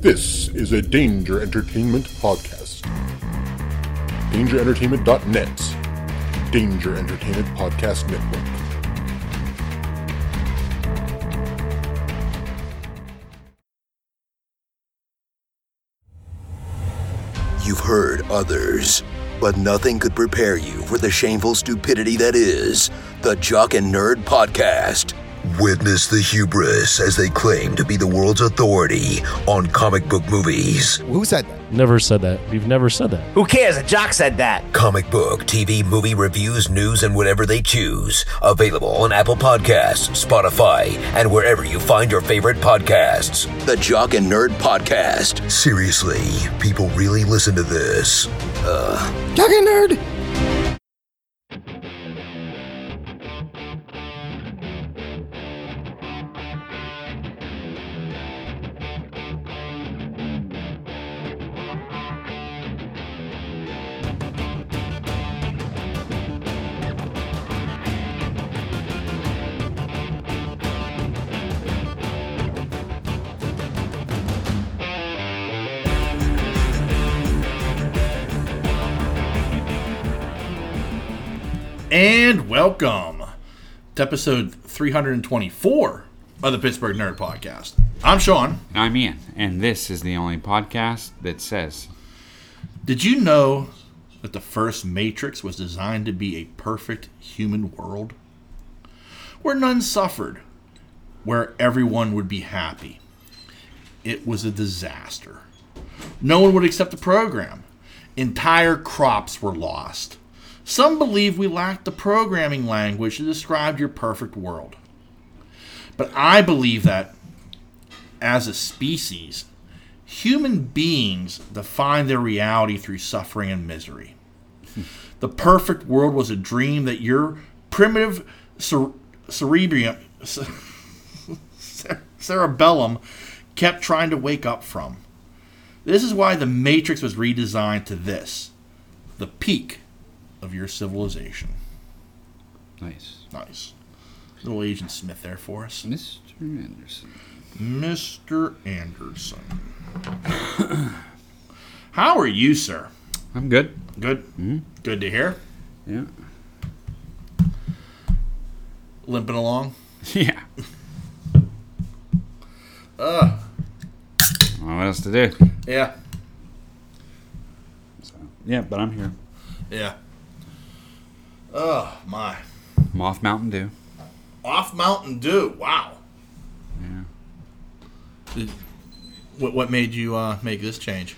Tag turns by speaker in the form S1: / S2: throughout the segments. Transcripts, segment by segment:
S1: This is a Danger Entertainment podcast. DangerEntertainment.net. Danger Entertainment Podcast Network.
S2: You've heard others, but nothing could prepare you for the shameful stupidity that is the Jock and Nerd Podcast. Witness the hubris as they claim to be the world's authority on comic book movies,
S3: Who said that?
S4: Never said that. We've never said that.
S5: Who cares? A jock said that.
S2: comic book, TV, movie reviews, news, and whatever they choose. Available on Apple Podcasts, Spotify, and wherever you find your favorite podcasts. The Jock and Nerd Podcast. Seriously, people really listen to this.
S3: Talking nerd.
S6: And welcome to episode 324 of the Pittsburgh Nerd Podcast. I'm Sean.
S7: I'm Ian, and this is the only podcast that says
S6: Did you know that the first Matrix was designed to be a perfect human world? Where none suffered, where everyone would be happy. It was a disaster. No one would accept the program. Entire crops were lost. Some believe we lacked the programming language to describe your perfect world. But I believe that, as a species, human beings define their reality through suffering and misery. The perfect world was a dream that your primitive cere- cerebrium, ce- cere- cerebellum kept trying to wake up from. This is why the Matrix was redesigned to this the peak of your civilization.
S7: nice.
S6: Nice. Little Agent Smith there for us.
S7: Mr. Anderson.
S6: Mr. Anderson. How are you, sir?
S7: I'm good.
S6: Good.
S7: Hmm?
S6: Good to hear.
S7: Yeah.
S6: Limping along.
S7: Yeah. Ugh. Well, what else to do?
S6: Yeah.
S7: So, yeah, but I'm here.
S6: Yeah. Oh my.
S7: I'm off Mountain Dew.
S6: Off Mountain Dew. Wow. Yeah. What what made you uh, make this change?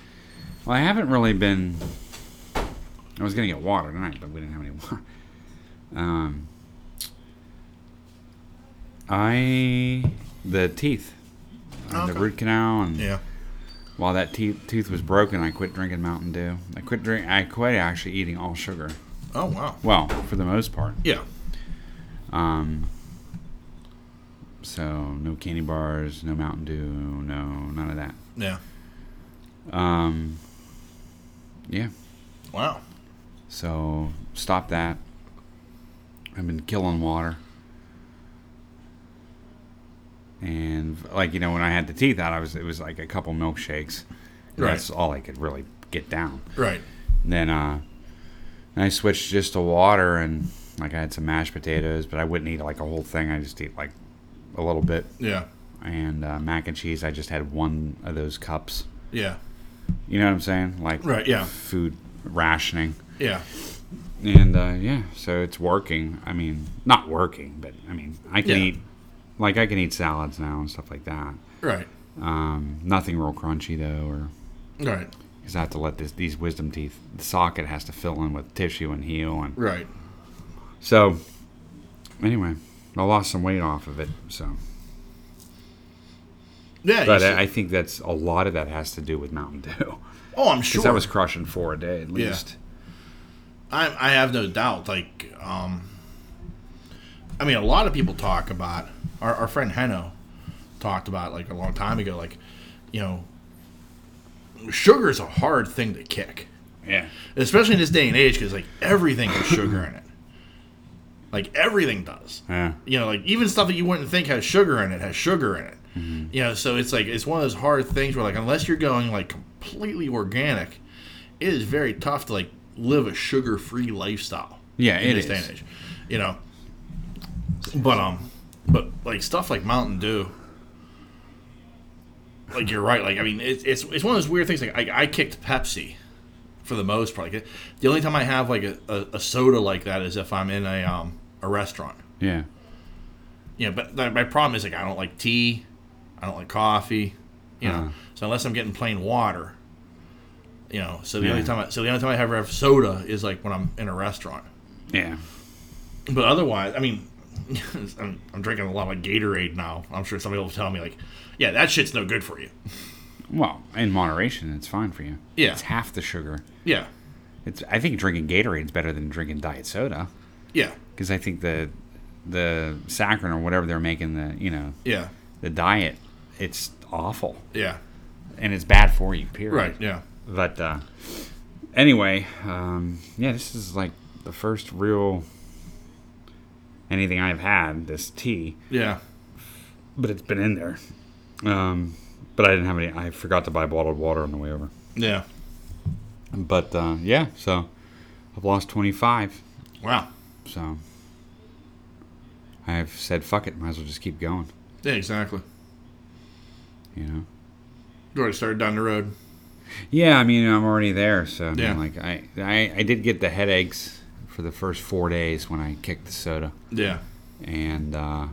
S7: Well, I haven't really been. I was gonna get water tonight, but we didn't have any water. Um, I the teeth, uh, the
S6: Okay.
S7: root canal, and
S6: Yeah.
S7: While that teeth tooth was broken, I quit drinking Mountain Dew. I quit drink. I quit actually eating all sugar.
S6: Oh wow.
S7: Well, for the most part.
S6: Yeah.
S7: Um. So no candy bars, no Mountain Dew, no none of that.
S6: Yeah.
S7: Um. Yeah.
S6: Wow.
S7: So stop that. I've been killing water. And like you know, when I had the teeth out, I was it was like a couple milkshakes. And
S6: Right.
S7: That's all I could really get down.
S6: Right.
S7: then uh I switched just to water and like I had some mashed potatoes, but I wouldn't eat like a whole thing. I just eat like a little bit
S6: Yeah.
S7: and uh, mac and cheese. I just had one of those cups.
S6: Yeah.
S7: You know what I'm saying? Like
S6: Right, yeah.
S7: food rationing.
S6: Yeah.
S7: And uh, yeah, so it's working. I mean, not working, but I mean, I can
S6: Yeah.
S7: eat like I can eat salads now and stuff like that.
S6: Right.
S7: Um, nothing real crunchy though, or
S6: Right.
S7: because I have to let this these wisdom teeth the socket has to fill in with tissue and heal and
S6: Right.
S7: So, anyway, I lost some weight off of it. So,
S6: Yeah. you
S7: but
S6: said-
S7: I, I think that's a lot of that has to do with Mountain Dew because
S6: oh, I'm sure.
S7: I was crushing four a day at
S6: Yeah.
S7: least.
S6: I, I have no doubt. Like, um, I mean, a lot of people talk about our, our friend Heno talked about like a long time ago. Like, you know, sugar is a hard thing to kick,
S7: Yeah,
S6: especially in this day and age, because like everything has sugar in it. Like everything does.
S7: yeah,
S6: You know, like even stuff that you wouldn't think has sugar in it has sugar in it.
S7: Mm-hmm.
S6: You know, so it's like it's one of those hard things where like unless you're going like completely organic, it is very tough to like live a sugar-free lifestyle.
S7: Yeah,
S6: in
S7: it
S6: this day
S7: is.
S6: and age, you know. But um, but like stuff like Mountain Dew. Like you're right. Like I mean, it's it's, it's one of those weird things. Like I, I kicked Pepsi for the most part. Like, the only time I have like a, a, a soda like that is if I'm in a um a restaurant.
S7: Yeah.
S6: You know, but th- my problem is like I don't like tea, I don't like coffee. You know, so unless I'm getting plain water, you know, so the only
S7: Yeah.
S6: time I, so the only time I ever have soda is like when I'm in a restaurant.
S7: Yeah.
S6: But otherwise, I mean, I'm, I'm drinking a lot of Gatorade now. I'm sure somebody will tell me like, yeah, that shit's no good for you.
S7: Well, in moderation, it's fine for you.
S6: Yeah.
S7: It's half the sugar.
S6: Yeah,
S7: It's. I think drinking Gatorade's better than drinking diet soda
S6: yeah,
S7: because I think the the saccharin or whatever they're making the you know
S6: yeah,
S7: the diet it's awful
S6: yeah.
S7: and it's bad for you. Period.
S6: Right. Yeah.
S7: But uh, anyway, um, yeah, this is like the first real anything I've had. This tea,
S6: Yeah.
S7: but it's been in there. Um, but I didn't have any. I forgot to buy bottled water on the way over.
S6: Yeah.
S7: But uh, yeah, so I've lost 25.
S6: Wow.
S7: So I've said fuck it. Might as well just keep going.
S6: Yeah. Exactly.
S7: You know.
S6: You already started down the road.
S7: Yeah, I mean I'm already there. So I mean,
S6: Yeah.
S7: like I, I I did get the headaches for the first four days when I kicked the soda,
S6: Yeah.
S7: and uh,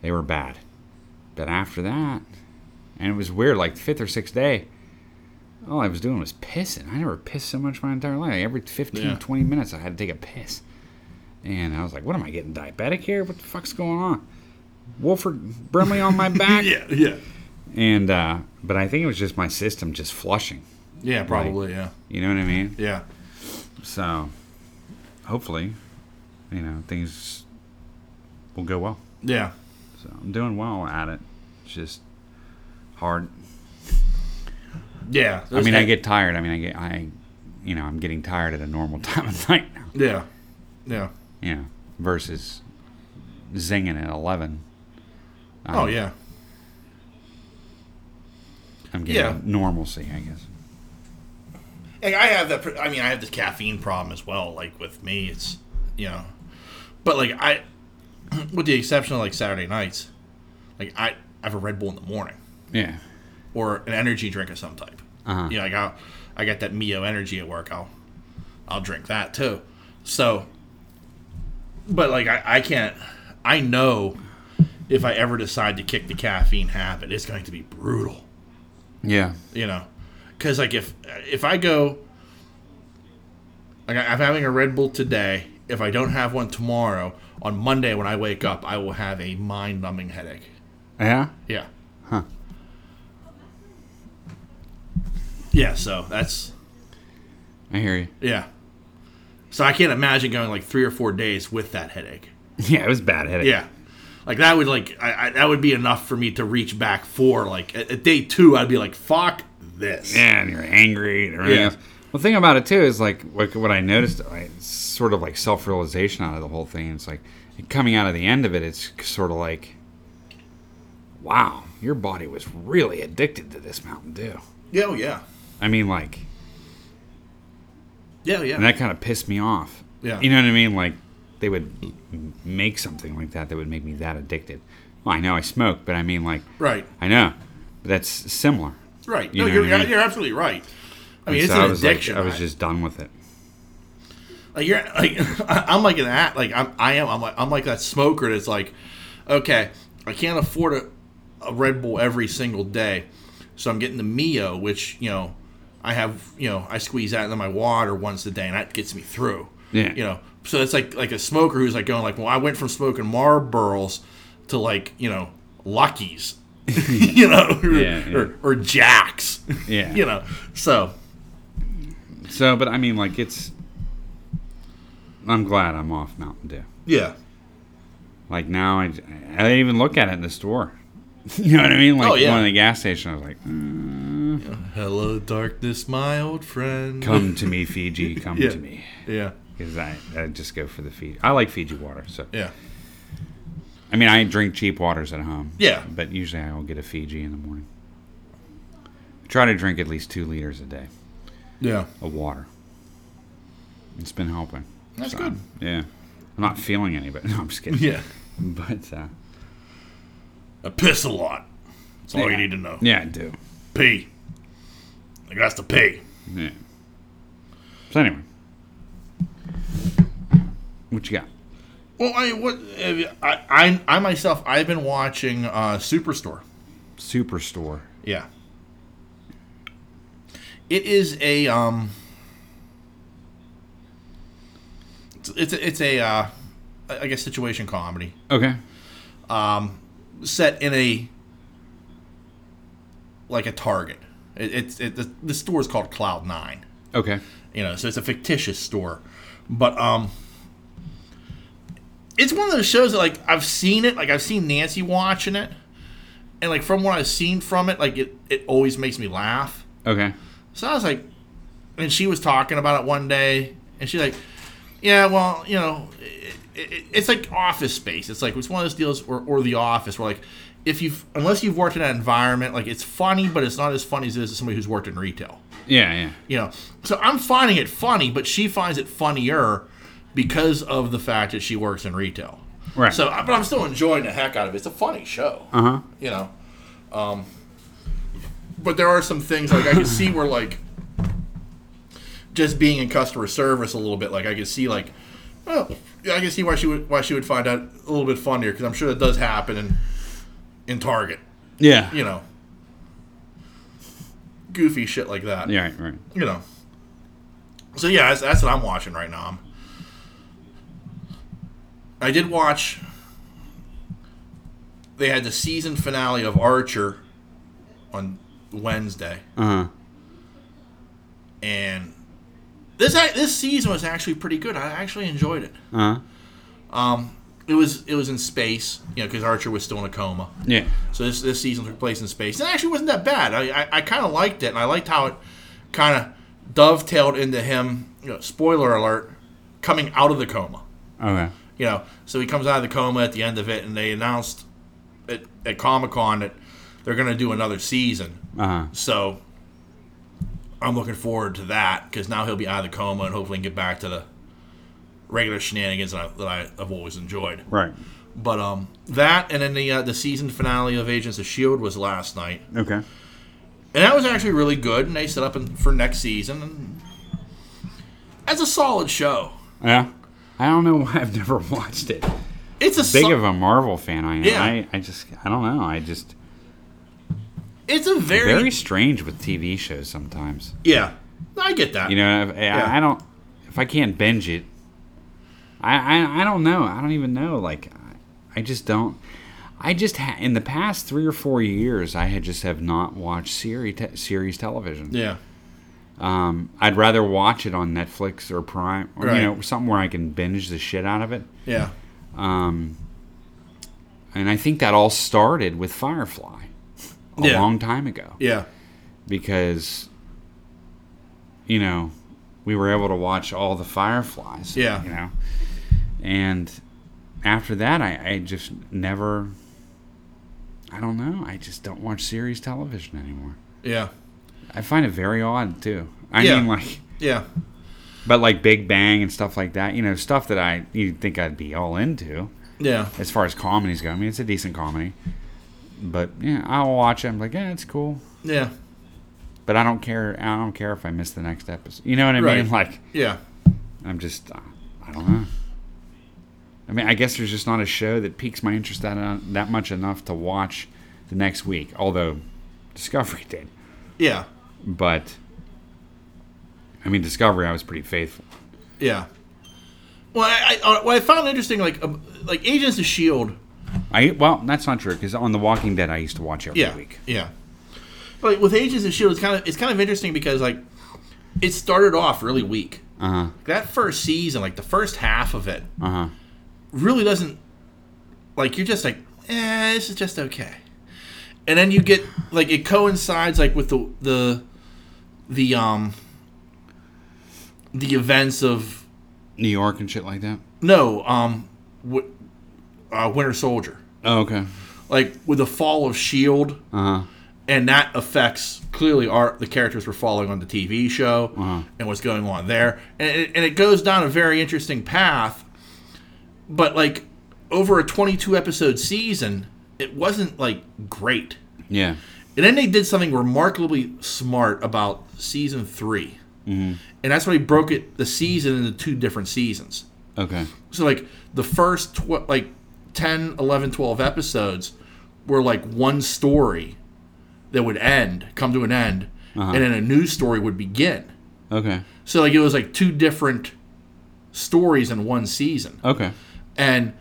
S7: they were bad. But after that, and it was weird. Like the fifth or sixth day. All I was doing was pissing. I never pissed so much my entire life. Every 15,
S6: Yeah.
S7: 20 minutes, I had to take a piss. And I was like, what am I getting diabetic here? What the fuck's going on? Wolford Brimley on my back?
S6: Yeah. Yeah.
S7: And uh, but I think it was just my system just flushing.
S6: Yeah. Probably. Yeah.
S7: You know what I mean?
S6: Yeah.
S7: So hopefully, you know, things will go well.
S6: Yeah.
S7: So I'm doing well at it. It's just hard.
S6: Yeah.
S7: I mean, I get tired. I mean, I get I, you know, I'm getting tired at a normal time of night now.
S6: Yeah. Yeah.
S7: You know, versus zinging at 11.
S6: Oh yeah.
S7: I'm getting
S6: Yeah.
S7: normalcy, I guess.
S6: Like, I have that. pr- I mean, I have this caffeine problem as well. Like with me, it's you know, but like I, with the exception of like Saturday nights, like I, I have a Red Bull in the morning
S7: Yeah.
S6: or an energy drink of some type.
S7: Uh-huh.
S6: You know, like I'll, I got that Mio energy at work. I'll, I'll drink that too. So, but like I, I can't. I know if I ever decide to kick the caffeine habit, it's going to be brutal
S7: Yeah.
S6: you know because like if if i go like I- i'm having a red bull today if i don't have one tomorrow on monday when i wake up i will have a mind-numbing headache
S7: Yeah.
S6: yeah huh yeah so that's
S7: I hear you.
S6: yeah so i can't imagine going like three or four days with that headache
S7: Yeah, it was a bad headache.
S6: yeah like that would like I, I, that would be enough for me to reach back for like at, at day two i'd be like fuck this
S7: Yeah, and you're angry and everything
S6: Yeah.
S7: else. Well, the thing about it too is like what, what I noticed, I, it's sort of like self realization out of the whole thing. It's like coming out of the end of it, it's sort of like, wow, your body was really addicted to this Mountain Dew.
S6: yeah oh, yeah
S7: I mean, like,
S6: yeah yeah
S7: and that kind of pissed me off.
S6: Yeah.
S7: You know what I mean? Like, they would m- make something like that that would make me that addicted. Well, I know I smoke, but I mean, like,
S6: Right,
S7: I know, but that's similar.
S6: right.
S7: You
S6: no,
S7: know
S6: you're,
S7: what I mean?
S6: you're absolutely right. I mean,
S7: And
S6: it's
S7: so
S6: an
S7: I was like-
S6: addiction.
S7: I was
S6: right?
S7: just done with it.
S6: like you're like I'm like an at like I'm I am I'm like I'm like that smoker that's like, okay, I can't afford a, a Red Bull every single day, so I'm getting the Mio, which you know I have you know I squeeze out into my water once a day, and that gets me through.
S7: Yeah.
S6: you know. So it's like like a smoker who's like going like, well, I went from smoking Marlboros to like you know Luckies, you know, or,
S7: Yeah, yeah.
S6: or, or Jacks,
S7: Yeah.
S6: you know. So
S7: So, but I mean, like, it's. I'm glad I'm off Mountain Dew.
S6: yeah,
S7: Like now, I, I didn't even look at it in the store. you know what I mean? Like
S6: Oh, yeah.
S7: going to the gas station, I was like,
S6: Hello, darkness, my old friend.
S7: "Come to me, Fiji, come
S6: Yeah.
S7: to me,"
S6: Yeah,
S7: because I, I just go for the Fiji. I like Fiji water, so
S6: yeah,
S7: I mean, I drink cheap waters at home.
S6: Yeah.
S7: But usually I'll get a Fiji in the morning. I try to drink at least two liters a day
S6: Yeah.
S7: of water. It's been helping.
S6: That's
S7: So,
S6: good.
S7: Yeah. I'm not feeling any, but no, I'm just kidding.
S6: Yeah.
S7: But, uh,
S6: I piss a lot. That's all
S7: Yeah.
S6: you need to know.
S7: yeah, I do.
S6: Pee. I got to pee.
S7: Yeah. So, anyway. What you got?
S6: Well, I what I I, I myself I've been watching uh, Superstore.
S7: Superstore.
S6: Yeah. It is a um. It's it's a, it's a uh, I I guess situation comedy
S7: Okay.
S6: set in a like a Target. It, it's it, the, the store is called Cloud Nine.
S7: Okay.
S6: you know so it's a fictitious store but um it's one of those shows that like i've seen it like i've seen nancy watching it and like from what i've seen from it like it, it always makes me laugh
S7: Okay.
S6: so i was like and she was talking about it one day and she's like yeah well you know it, it, it's like office space it's like it's one of those deals or, or the office where like if you've unless you've worked in that environment like it's funny but it's not as funny as it is to somebody who's worked in retail
S7: Yeah, yeah.
S6: you know so i'm finding it funny but she finds it funnier because of the fact that she works in retail
S7: Right.
S6: so I- but i'm still enjoying the heck out of it it's a funny show
S7: Uh-huh.
S6: you know um but there are some things like i can see where like just being in customer service a little bit like i can see like oh yeah, i can see why she would why she would find that a little bit funnier because i'm sure that does happen in in target
S7: Yeah.
S6: you know goofy shit like that
S7: Yeah, right, right.
S6: you know. So yeah, that's, that's what I'm watching right now. I'm- I did watch. They had the season finale of Archer on Wednesday,
S7: Uh-huh.
S6: and this act- this season was actually pretty good. I actually enjoyed it. Um,
S7: Uh-huh.
S6: It was it was in space, you know, because Archer was still in a coma.
S7: Yeah.
S6: So this this season took place in space. It actually wasn't that bad. I I, I kind of liked it, and I liked how it kind of dovetailed into him. You know, spoiler alert, coming out of the coma.
S7: Okay.
S6: You know, so he comes out of the coma at the end of it, and they announced at, at Comic Con that they're going to do another season.
S7: Uh-huh.
S6: So I'm looking forward to that because now he'll be out of the coma and hopefully get back to the regular shenanigans that, I, that I, I've always enjoyed.
S7: Right.
S6: But um, that and then the uh, the season finale of Agents of Shield E was last night,
S7: Okay.
S6: and that was actually really good. And they set up in, for next season. And that's a solid show.
S7: Yeah. I don't know why I've never watched it.
S6: It's a
S7: Big
S6: so-
S7: of a Marvel fan I am.
S6: Yeah.
S7: I, I just I don't know. I just
S6: it's a very,
S7: very strange with TV shows sometimes.
S6: yeah. I get that.
S7: You know, if,
S6: Yeah.
S7: I, I don't if I can't binge it. I, I I don't know. I don't even know. Like I- I just don't. I just ha- in the past three or four years, I had just have not watched series te- series television.
S6: yeah,
S7: Um, I'd rather watch it on Netflix or Prime, or,
S6: Right.
S7: you know, something where I can binge the shit out of it.
S6: yeah,
S7: Um, and I think that all started with Firefly a
S6: Yeah.
S7: long time ago
S6: yeah,
S7: because, you know, we were able to watch all the Fireflies.
S6: Yeah.
S7: You know, and after that, I, I just never. I don't know. I just don't watch series television anymore.
S6: yeah,
S7: I find it very odd too. I
S6: Yeah.
S7: mean, like,
S6: yeah,
S7: but like Big Bang and stuff like that. You know, stuff that I you'd think I'd be all into
S6: yeah,
S7: as far as comedies go. I mean, it's a decent comedy, but yeah, I'll watch it. I'm like, yeah, it's cool,
S6: yeah,
S7: but I don't care. I don't care if I miss the next episode. You know what I mean?
S6: Right.
S7: Like,
S6: yeah.
S7: I'm just, uh, I don't know. I mean, I guess there's just not a show that piques my interest that uh, that much enough to watch the next week. Although Discovery did,
S6: yeah.
S7: but I mean, Discovery, I was pretty faithful.
S6: yeah. Well, I, I, what I found interesting, like, um, like Agents of Shield,
S7: I well, that's not true because on The Walking Dead, I used to watch every
S6: yeah,
S7: week.
S6: Yeah. But like, with Agents of Shield, E it's kind of it's kind of interesting because like it started off really weak. Uh
S7: Uh-huh.
S6: huh. That first season, like the first half of it, uh really doesn't like you're just like, eh, this is just okay. And then you get like it coincides like with the the the um the events of
S7: New York and shit like that.
S6: no um what uh, Winter Soldier,
S7: Oh, okay.
S6: like with the fall of Shield, E and that affects clearly our the characters we're following on the TV show and what's going on there, and it, and it goes down a very interesting path. But like over a 22 episode season, it wasn't like great.
S7: Yeah.
S6: And then they did something remarkably smart about season 3 and that's why they broke it the season into two different seasons.
S7: Okay.
S6: So like the first tw- like 10, 11, 12 episodes were like one story that would end, come to an end, and then a new story would begin.
S7: Okay.
S6: So like it was like two different stories in one season.
S7: Okay.
S6: And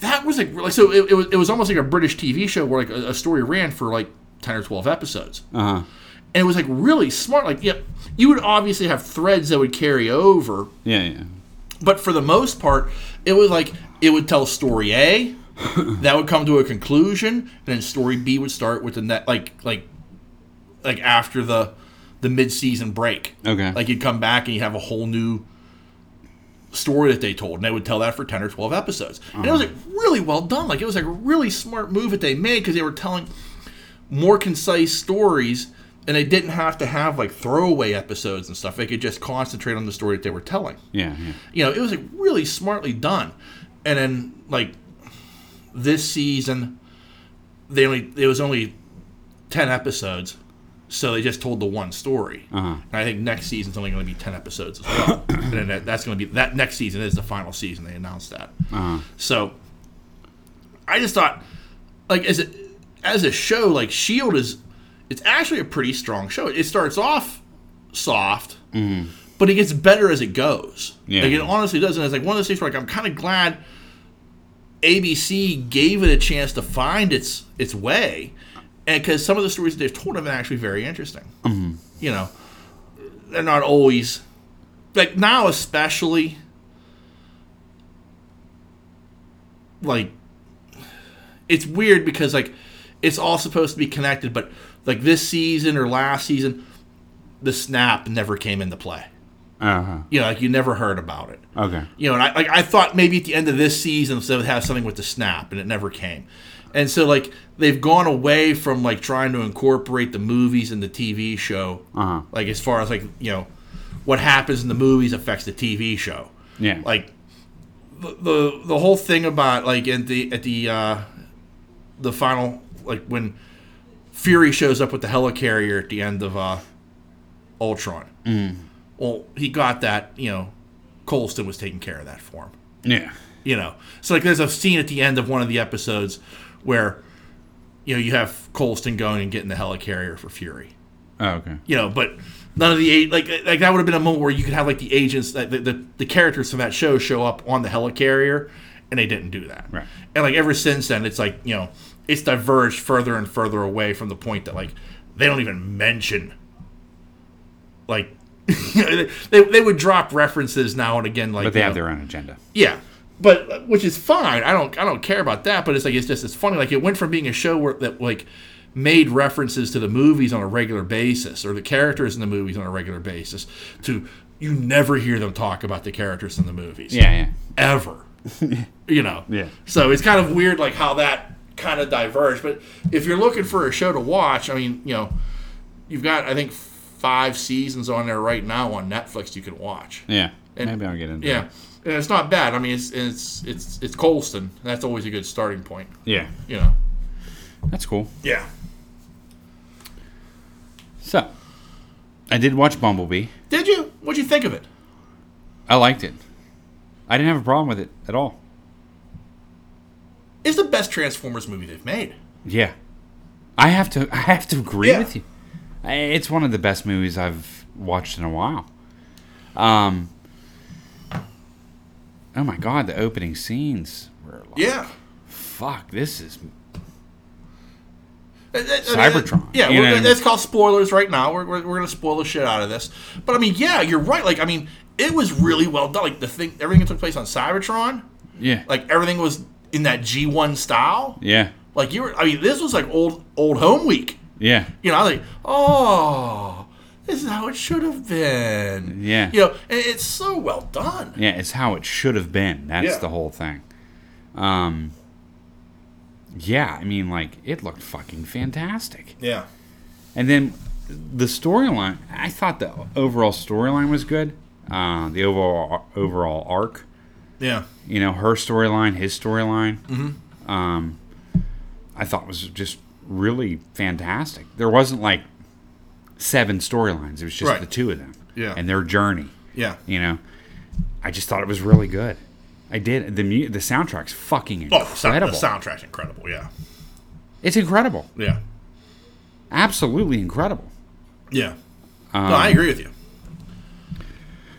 S6: that was like, like so it, it, was, it was almost like a British TV show where like a, a story ran for like 10 or 12 episodes.
S7: Uh huh.
S6: And it was like really smart. Like, yeah, you would obviously have threads that would carry over,
S7: Yeah. Yeah.
S6: but for the most part, it was like it would tell story A, that would come to a conclusion, and then story B would start with the net like like like after the the mid season break.
S7: Okay.
S6: Like you'd come back and you have a whole new story that they told, and they would tell that for ten or twelve episodes. And it was like really well done. Like it was like a really smart move that they made because they were telling more concise stories. And they didn't have to have like throwaway episodes and stuff. They could just concentrate on the story that they were telling
S7: Yeah. Yeah.
S6: you know, it was like really smartly done. And then like this season, they only it was only ten episodes, so they just told the one story. And I think next season's only going to be ten episodes as well. and then that, that's going to be that next season is the final season. They announced that. So I just thought, like as a as a show, like Shield E is, it's actually a pretty strong show. It starts off soft, but it gets better as it goes.
S7: Yeah.
S6: Like it honestly does, and it's like one of those things where like I'm kind of glad ABC gave it a chance to find its its way, and because some of the stories that they've told have been actually very interesting. You know, they're not always like now, especially like it's weird because like it's all supposed to be connected, but like this season or last season, the snap never came into play.
S7: Uh huh.
S6: You know, like you never heard about it.
S7: Okay.
S6: You know, and I like I thought maybe at the end of this season they would have something with the snap, and it never came. And so like they've gone away from like trying to incorporate the movies and the TV show,
S7: Uh-huh.
S6: like as far as like you know what happens in the movies affects the TV show.
S7: Yeah.
S6: Like the the, the whole thing about like at the at the uh, the final like when Fury shows up with the helicarrier at the end of uh, Ultron. Well, he got that. You know, Colston was taking care of that for him
S7: Yeah.
S6: you know so like there's a scene at the end of one of the episodes where you know you have colston going and getting the helicarrier for fury
S7: Oh, okay.
S6: you know but none of the eight like like that would have been a moment where you could have like the agents like, the, the, the characters from that show show up on the helicarrier and they didn't do that
S7: Right.
S6: and like ever since then it's like you know it's diverged further and further away from the point that like they don't even mention like they, they would drop references now and again like
S7: But they
S6: you
S7: have
S6: know,
S7: their own agenda.
S6: yeah, but which is fine. I don't I don't care about that. But it's like it's just it's funny. Like it went from being a show where that like made references to the movies on a regular basis or the characters in the movies on a regular basis to you never hear them talk about the characters in the movies
S7: Yeah. Yeah.
S6: ever. you know.
S7: Yeah.
S6: So it's kind of weird, like how that kind of diverged. But if you're looking for a show to watch, I mean, you know, you've got I think five seasons on there right now on Netflix you can watch.
S7: Yeah.
S6: And-
S7: Maybe I'll get into.
S6: Yeah, and it's not bad. I mean, it's it's it's it's Colston. That's always a good starting point.
S7: It. Yeah.
S6: You know.
S7: That's cool.
S6: Yeah.
S7: So, I did watch Bumblebee.
S6: Did you? What'd you think of it?
S7: I liked it. I didn't have a problem with it at all.
S6: It's the best Transformers movie they've made.
S7: Yeah, I have to. I have to agree
S6: Yeah.
S7: with you. I- It's one of the best movies I've watched in a while. Um. Oh my god, the opening scenes were like,
S6: Yeah.
S7: fuck. This is
S6: That- that-
S7: Cybertron.
S6: uh, yeah,
S7: You know
S6: we're,
S7: what I mean?
S6: that's called spoilers right now. We're, we're, we're going to spoil the shit out of this. But I mean, yeah, you're right. Like, I mean, it was really well done. Like, the thing, everything that took place on Cybertron,
S7: yeah,
S6: like, everything was in that G1 style.
S7: yeah,
S6: Like, you were, I mean, this was like old, old home week.
S7: yeah,
S6: You know, I was like, oh, this is how it should have been.
S7: Yeah.
S6: You know, and it's so well done.
S7: yeah. It's how it should have been. That's
S6: Yeah.
S7: the whole thing. Um. yeah, I mean, like it looked fucking fantastic.
S6: Yeah.
S7: And then the storyline, I thought the overall storyline was good. Uh, the overall overall arc,
S6: Yeah.
S7: you know, her storyline, his storyline, mm-hmm. um, I thought was just really fantastic. There wasn't like seven storylines; it was just
S6: Right.
S7: the two of them,
S6: Yeah.
S7: and their journey.
S6: Yeah.
S7: You know, I just thought it was really good. I did the mu- the soundtrack's fucking
S6: Oh, the, sound,
S7: incredible.
S6: the soundtrack's incredible. Yeah.
S7: It's incredible,
S6: Yeah.
S7: absolutely incredible.
S6: Yeah.
S7: Um,
S6: no, I agree with you.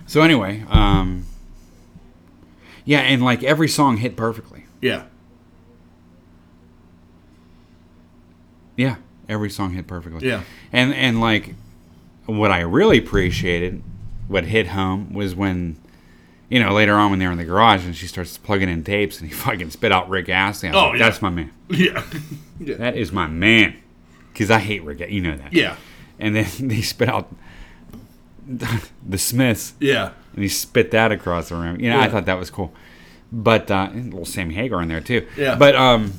S7: So anyway, um, yeah, and like every song hit perfectly.
S6: Yeah.
S7: Yeah, every song hit perfectly.
S6: Yeah.
S7: and and like what I really appreciated, what hit home was when, you know, later on when they were in the garage and she starts plugging in tapes and he fucking spit out Rick Astley. I was
S6: Oh,
S7: like,
S6: yeah.
S7: that's my man.
S6: Yeah.
S7: That is my man. Because I hate Rick. You know that.
S6: Yeah.
S7: And then they spit out the Smiths.
S6: Yeah.
S7: and he spit that across the room. You know, I
S6: Yeah.
S7: thought that was cool. But uh, and little Sammy Hagar in there too.
S6: Yeah.
S7: But um,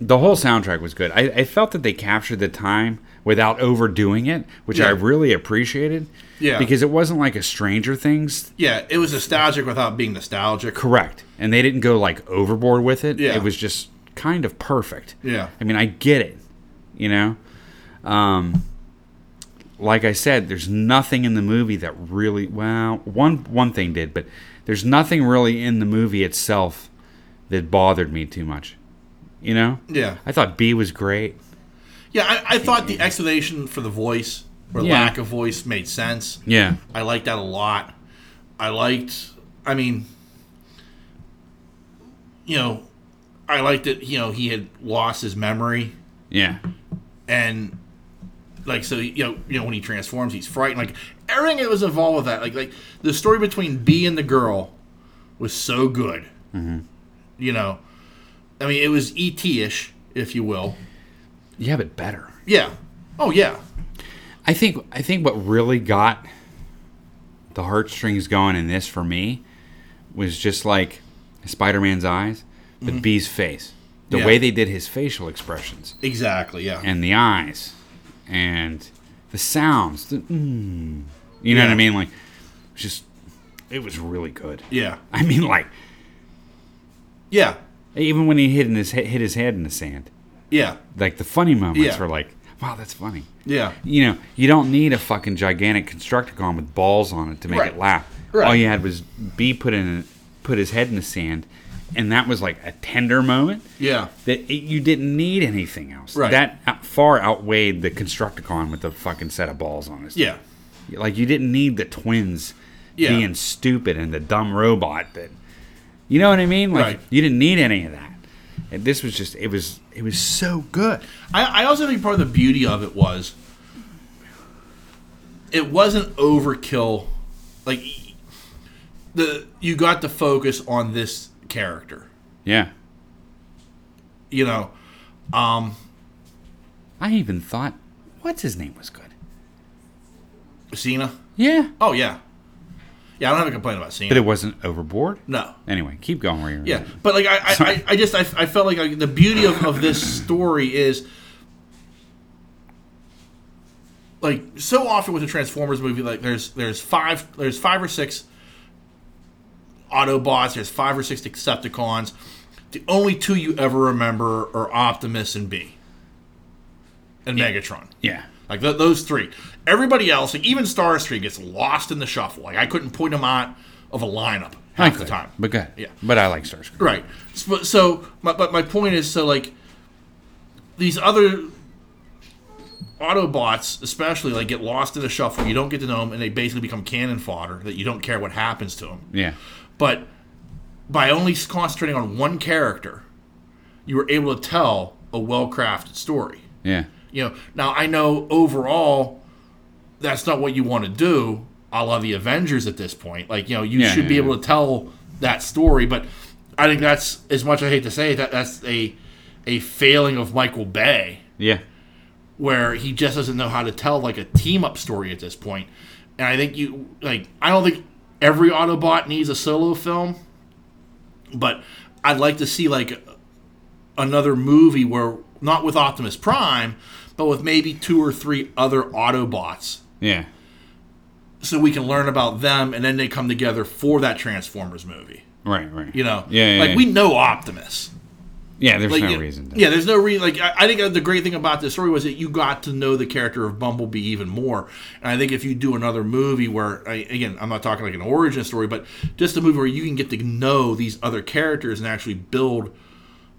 S7: the whole soundtrack was good. I, I felt that they captured the time without overdoing it, which I
S6: Yeah.
S7: really appreciated.
S6: Yeah.
S7: Because it wasn't like a Stranger Things.
S6: Yeah. It was nostalgic without being nostalgic.
S7: Correct. And they didn't go like overboard with it.
S6: Yeah.
S7: It was just kind of perfect.
S6: Yeah.
S7: I mean, I get it. You know. Um. Like I said, there's nothing in the movie that really well one one thing did, but there's nothing really in the movie itself that bothered me too much. You know.
S6: Yeah.
S7: I thought B was great.
S6: Yeah. I, I thought the explanation for the voice or
S7: Yeah.
S6: lack of voice made sense.
S7: Yeah.
S6: I liked that a lot. I liked. I mean, you know, I liked that you know he had lost his memory
S7: Yeah.
S6: and like so you know you know when he transforms he's frightened like everything that was involved with that like like the story between B and the girl was so good mm-hmm. you know I mean it was ET ish if you will
S7: Yeah, but better.
S6: yeah oh yeah
S7: I think I think what really got the heartstrings going in this for me was just like Spider-Man's eyes, but B's face, the
S6: Mm-hmm. Yeah.
S7: way they did his facial expressions
S6: exactly yeah
S7: and the eyes, and the sounds. The, mm, you know what I
S6: Yeah.
S7: mean? Like, it's just it was really good.
S6: yeah
S7: I mean, like
S6: yeah
S7: even when he hit in his he- hit his head in the sand,
S6: yeah
S7: like the funny moments
S6: Yeah.
S7: were like, wow, that's funny.
S6: yeah
S7: you know, you don't need a fucking gigantic Constructicon with balls on it to make
S6: Right.
S7: it laugh.
S6: Right.
S7: All you had was B put in put his head in the sand, and that was like a tender moment
S6: yeah
S7: that it, you didn't need anything else.
S6: Right.
S7: That out- far outweighed the Constructicon with the fucking set of balls on it.
S6: yeah
S7: Like you didn't need the twins
S6: Yeah.
S7: being stupid and the dumb robot that you know what I mean? Like
S6: Right.
S7: you didn't need any of that. And this was just it was it was so good.
S6: I, I also think part of the beauty of it was it wasn't overkill. Like the you got to focus on this character.
S7: Yeah.
S6: You know,
S7: I even thought what's his name was good.
S6: Cena.
S7: Yeah.
S6: Oh yeah, yeah. I don't have a complaint about Cena.
S7: But it wasn't overboard?
S6: no.
S7: Anyway, keep going where you're
S6: Yeah,
S7: at.
S6: but like I, I,
S7: Sorry.
S6: I, I just I, I felt like, like the beauty of, of this story is like so often with the Transformers movie, like there's there's five there's five or six Autobots, there's five or six Decepticons. The only two you ever remember are Optimus and B, and Megatron.
S7: Yeah.
S6: Like th- those three. Everybody else, like even Starstreak, gets lost in the shuffle. Like I couldn't point them out of a lineup half the
S7: could,
S6: time.
S7: But good.
S6: Yeah.
S7: But I like Starscream.
S6: Right. So, so my, but my point is, so like these other Autobots, especially, like get lost in the shuffle. You don't get to know them, and they basically become cannon fodder that you don't care what happens to them.
S7: Yeah.
S6: But by only concentrating on one character, you were able to tell a well-crafted story.
S7: Yeah.
S6: You know, now I know overall that's not what you want to do, a la the Avengers at this point. Like, you know, you
S7: Yeah,
S6: should
S7: yeah,
S6: be
S7: yeah.
S6: able to tell that story, but I think that's as much I hate to say it, that that's a a failing of Michael Bay
S7: Yeah.
S6: where he just doesn't know how to tell like a team up story at this point. And I think you like I don't think every Autobot needs a solo film, but I'd like to see like another movie where not with Optimus Prime, but with maybe two or three other Autobots,
S7: Yeah.
S6: so we can learn about them, and then they come together for that Transformers movie.
S7: Right. Right.
S6: You know,
S7: Yeah. yeah
S6: like
S7: yeah.
S6: we know Optimus.
S7: Yeah. There's
S6: Like,
S7: no
S6: you-
S7: reason. To,
S6: yeah, there's no reason. Like I, I think the great thing about this story was that you got to know the character of Bumblebee even more. And I think if you do another movie where, I, again, I'm not talking like an origin story, but just a movie where you can get to know these other characters and actually build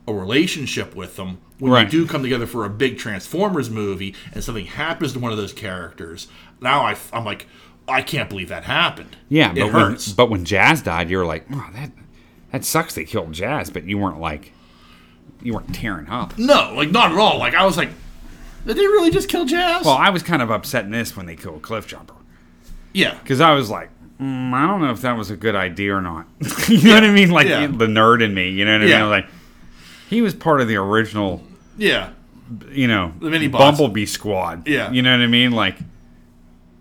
S6: a relationship with them. When
S7: Right.
S6: you do come together for a big Transformers movie and something happens to one of those characters, now I, am like, I can't believe that happened.
S7: Yeah,
S6: it
S7: but when,
S6: hurts.
S7: but when Jazz died, you were like, "Wow, that that sucks. They killed Jazz," but you weren't like, you weren't tearing up.
S6: no, like not at all. Like I was like, did they really just kill Jazz?
S7: Well, I was kind of upset in this when they killed Cliffjumper
S6: yeah.
S7: because I was like, mm, I don't know if that was a good idea or not. you know what I mean? Like
S6: Yeah.
S7: the nerd in me. You know what I mean?
S6: Yeah.
S7: I was like, he was part of the original,
S6: Yeah.
S7: you know,
S6: The mini-boss.
S7: Bumblebee squad.
S6: Yeah.
S7: you know what I mean? Like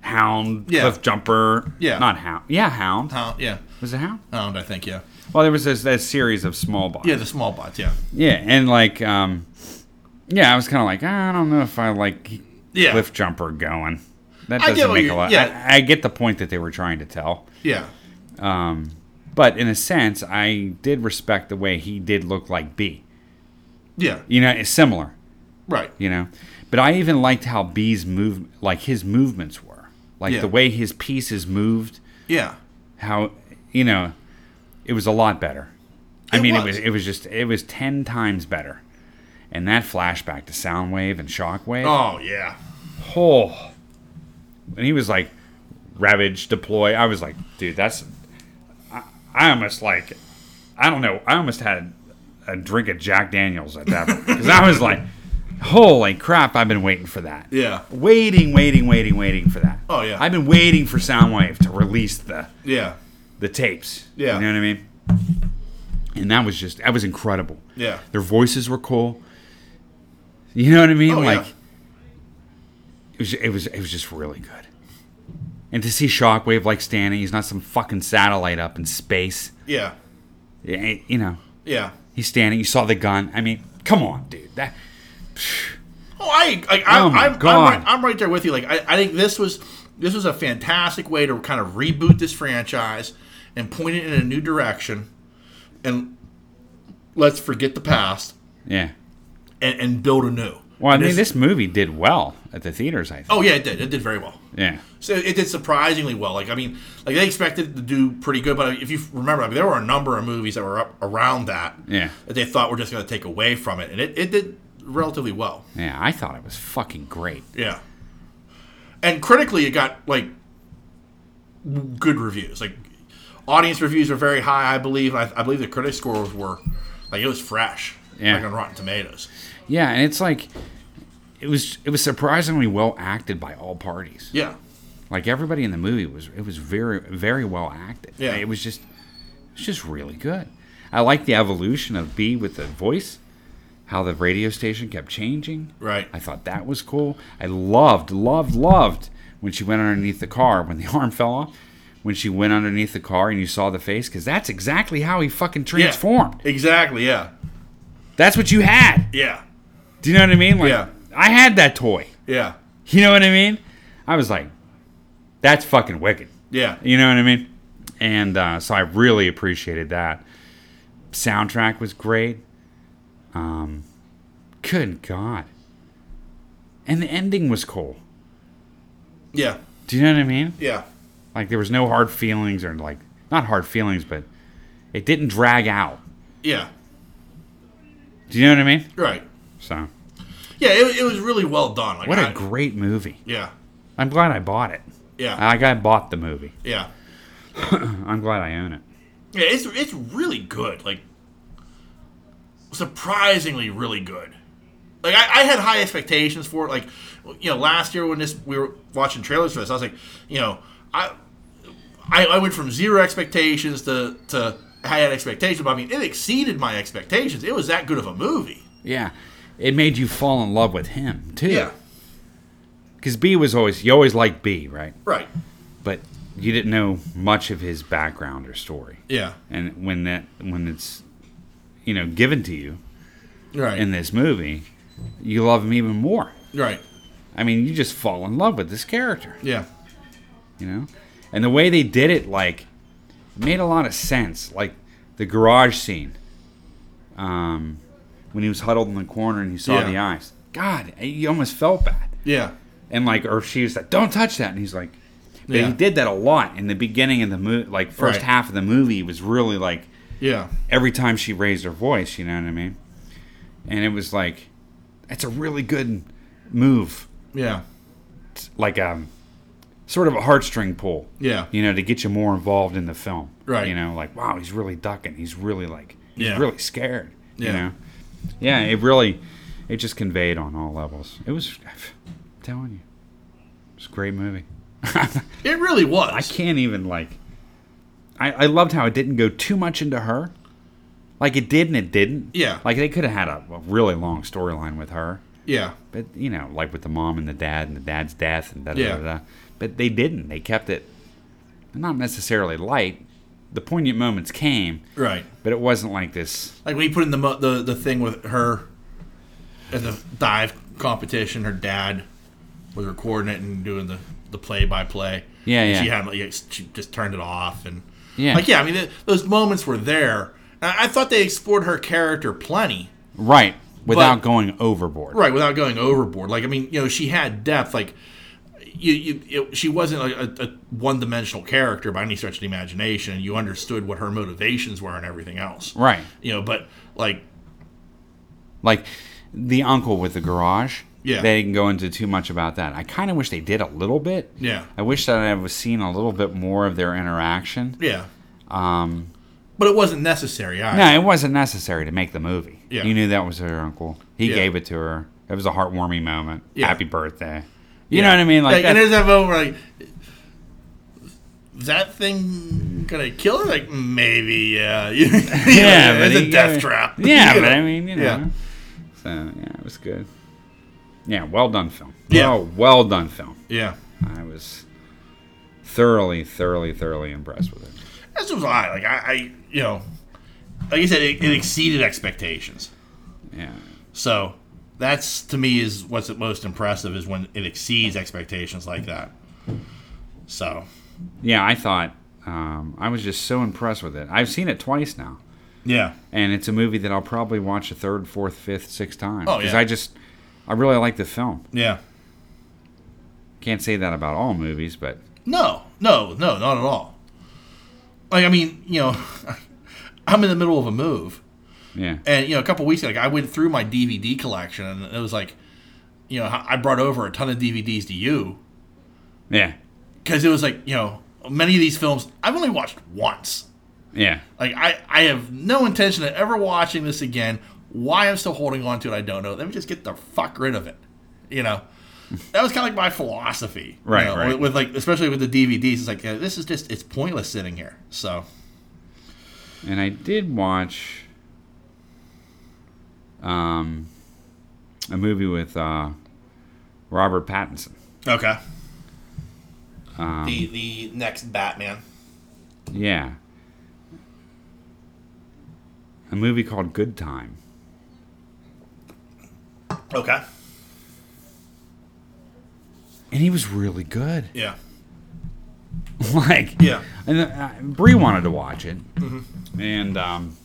S7: Hound,
S6: Yeah.
S7: Cliffjumper.
S6: Yeah.
S7: not Hound. Yeah, Hound.
S6: Oh, yeah.
S7: Was it Hound?
S6: Pound, I think, yeah.
S7: Well, there was this, that series of small bots.
S6: Yeah, the small bots, yeah.
S7: Yeah, and like, um, yeah, I was kind of like, "Ah, I don't know if I like
S6: Yeah.
S7: Cliff Jumper going. That
S6: I get
S7: doesn't
S6: what
S7: make a
S6: you're-
S7: lot.
S6: yeah.
S7: I, I get the point that they were trying to tell,
S6: Yeah.
S7: um, but in a sense, I did respect the way he did look like B.
S6: Yeah.
S7: You know, it's similar.
S6: Right.
S7: You know, but I even liked how B's move, like his movements were, like
S6: Yeah.
S7: the way his pieces moved.
S6: Yeah.
S7: How you know, it was a lot better. I
S6: It
S7: mean, it
S6: was.
S7: was it was just it was ten times better. And that flashback to Soundwave and Shockwave.
S6: Oh, yeah.
S7: Oh. And he was like, Ravage, deploy. I was like, dude, that's. I, I almost like. I don't know. I almost had a drink of Jack Daniels at that point. Because I was like, holy crap, I've been waiting for that.
S6: Yeah.
S7: Waiting, waiting, waiting, waiting for that.
S6: Oh, yeah.
S7: I've been waiting for Soundwave to release the
S6: Yeah.
S7: the tapes.
S6: Yeah.
S7: You know what I mean? And that was just that was incredible.
S6: Yeah.
S7: Their voices were cool. You know what I mean?
S6: Oh,
S7: like
S6: yeah.
S7: it was it was it was just really good. And to see Shockwave like standing, he's not some fucking satellite up in space.
S6: Yeah.
S7: Eh, You know,
S6: Yeah.
S7: he's standing. You saw the gun. I mean, come on, dude. That
S6: Oh, I, I, I
S7: Oh,
S6: am
S7: my
S6: I'm,
S7: God.
S6: I'm, right, I'm right there with you. Like, I, I think this was this was a fantastic way to kind of reboot this franchise and point it in a new direction, and let's forget the past
S7: yeah.
S6: and, and build anew.
S7: Well, I
S6: And
S7: mean, this movie did well at the theaters. I think.
S6: Oh yeah, it did. It did very well.
S7: Yeah.
S6: So it did surprisingly well. Like I mean, like they expected it to do pretty good, but if you remember, I mean, there were a number of movies that were up around that
S7: Yeah.
S6: that they thought were just going to take away from it, and it, it did relatively well.
S7: Yeah. I thought it was fucking great.
S6: Yeah, and critically, it got like good reviews. Like audience reviews were very high, I believe. and I, I believe the critic scores were like it was fresh,
S7: Yeah.
S6: like on Rotten Tomatoes.
S7: Yeah, and it's like it was it was surprisingly well acted by all parties.
S6: Yeah,
S7: Like everybody in the movie was it was very very well acted.
S6: Yeah.
S7: It was just it was just really good. I like the evolution of B with the voice, how the radio station kept changing.
S6: Right.
S7: I thought that was cool. I loved, loved, loved when she went underneath the car when the arm fell off. When she went underneath the car and you saw the face, because that's exactly how he fucking
S6: Yeah.
S7: transformed.
S6: Exactly. Yeah.
S7: That's what you had.
S6: Yeah.
S7: Do you know what I mean? Like,
S6: Yeah.
S7: I had that toy.
S6: Yeah.
S7: You know what I mean? I was like, that's fucking wicked.
S6: Yeah.
S7: You know what I mean? And uh, so I really appreciated that. Soundtrack was great. Um, good God. And the ending was cool.
S6: Yeah.
S7: Do you know what I mean?
S6: Yeah.
S7: Like there was no hard feelings or like not hard feelings, but it didn't drag out.
S6: Yeah.
S7: Do you know what I mean?
S6: Right.
S7: So
S6: Yeah, it, it was really well done. Like
S7: what
S6: I,
S7: a great movie.
S6: yeah,
S7: I'm glad I bought it.
S6: yeah,
S7: Like I bought the movie.
S6: yeah,
S7: I'm glad I own it.
S6: yeah. It's it's really good. Like surprisingly, really good. Like I, I had high expectations for it. Like you know, last year when this we were watching trailers for this, I was like, you know, I I, I went from zero expectations to to high expectations. But I mean, it exceeded my expectations. It was that good of a movie.
S7: Yeah. It made you fall in love with him, too. Because B was always, you always liked B, right?
S6: Right.
S7: But you didn't know much of his background or story.
S6: Yeah.
S7: And when that, when it's, you know, given to you,
S6: Right.
S7: in this movie, you love him even more.
S6: Right.
S7: I mean, you just fall in love with this character,
S6: Yeah.
S7: you know? And the way they did it, like, made a lot of sense. Like, the garage scene, um, when he was huddled in the corner and he saw
S6: Yeah.
S7: the eyes. God, you almost felt bad.
S6: Yeah.
S7: And, like, or she was like, don't touch that. And he's like, but
S6: Yeah.
S7: he did that a lot in the beginning of the movie. Like, first
S6: Right.
S7: half of the movie was really like,
S6: Yeah.
S7: every time she raised her voice, you know what I mean? And it was like, that's a really good move,
S6: Yeah.
S7: like um, sort of a heartstring pull.
S6: Yeah.
S7: You know, to get you more involved in the film.
S6: Right.
S7: You know, like wow, he's really ducking. He's really like, he's
S6: Yeah.
S7: really scared. You
S6: Yeah.
S7: know. Yeah, it really, it just conveyed on all levels. It was, I'm telling you, it's a great movie.
S6: It really was.
S7: I can't even like. I, I loved how it didn't go too much into her. Like it did and it didn't.
S6: Yeah.
S7: Like they could have had a, a really long storyline with her,
S6: Yeah.
S7: but you know, like with the mom and the dad and the dad's death and da da
S6: Yeah.
S7: da. da. But they didn't. They kept it not necessarily light. The poignant moments came,
S6: Right.
S7: but it wasn't like this.
S6: Like when you put in the mo- the the thing with her at the dive competition, her dad was recording it and doing the the play by play.
S7: Yeah, yeah.
S6: She had like ex- she just turned it off and
S7: Yeah.
S6: like yeah. I mean th- those moments were there. I-, I thought they explored her character plenty.
S7: Right. Without
S6: But-
S7: going overboard.
S6: right without going overboard like i mean you know she had depth like you, you it, she wasn't a, a, a one-dimensional character by any stretch of the imagination and you understood what her motivations were and everything else
S7: Right.
S6: you know but like
S7: Like the uncle with the garage.
S6: Yeah.
S7: They didn't go into too much about that. I kind of wish they did a little bit.
S6: Yeah.
S7: I wish that I was seeing a little bit more of their interaction.
S6: yeah um but it wasn't necessary either.
S7: No, it wasn't necessary to make the movie.
S6: Yeah.
S7: You knew that was her uncle. He
S6: Yeah.
S7: gave it to her. It was a heartwarming moment.
S6: Yeah.
S7: Happy birthday. You know what I mean? Like,
S6: like and
S7: that,
S6: there's that moment where, like is that thing gonna kill her like maybe yeah yeah
S7: yeah, but
S6: it's
S7: he
S6: a death
S7: gave-
S6: trap
S7: Yeah,
S6: You know?
S7: but I mean, you know.
S6: Yeah.
S7: So yeah, it was good. Yeah, well done film.
S6: Yeah.
S7: well, well done film.
S6: yeah
S7: I was thoroughly, thoroughly, thoroughly impressed with it.
S6: That's what I like. I, I you know, like you said, it, it exceeded expectations.
S7: Yeah.
S6: So that's to me is what's the most impressive is when it exceeds expectations like that. So
S7: Yeah, I thought um, I was just so impressed with it. I've seen it twice now,
S6: yeah,
S7: and it's a movie that I'll probably watch a third, fourth, fifth, sixth time
S6: Oh, yeah.
S7: I just I really like the film.
S6: yeah.
S7: Can't say that about all movies, but
S6: No, no, no, not at all. Like I mean, you know, I'm in the middle of a move,
S7: yeah,
S6: and you know, a couple weeks ago, like, I went through my DVD collection, and it was like, you know, I brought over a ton of DVDs to you
S7: yeah,
S6: because it was like, you know, many of these films I've only watched once.
S7: yeah,
S6: Like I, I have no intention of ever watching this again. Why I'm still holding on to it, I don't know. Let me just get the fuck rid of it. You know, that was kind of like my philosophy, you
S7: Right,
S6: know,
S7: right.
S6: With, with like, especially with the DVDs, it's like uh, this is just it's pointless sitting here. So
S7: and I did watch um, a movie with uh, Robert Pattinson.
S6: okay. the the next Batman.
S7: Yeah, a movie called Good Time.
S6: Okay.
S7: and he was really good.
S6: Yeah.
S7: like,
S6: Yeah.
S7: And uh, Bree wanted to watch it,
S6: Mm-hmm.
S7: and um,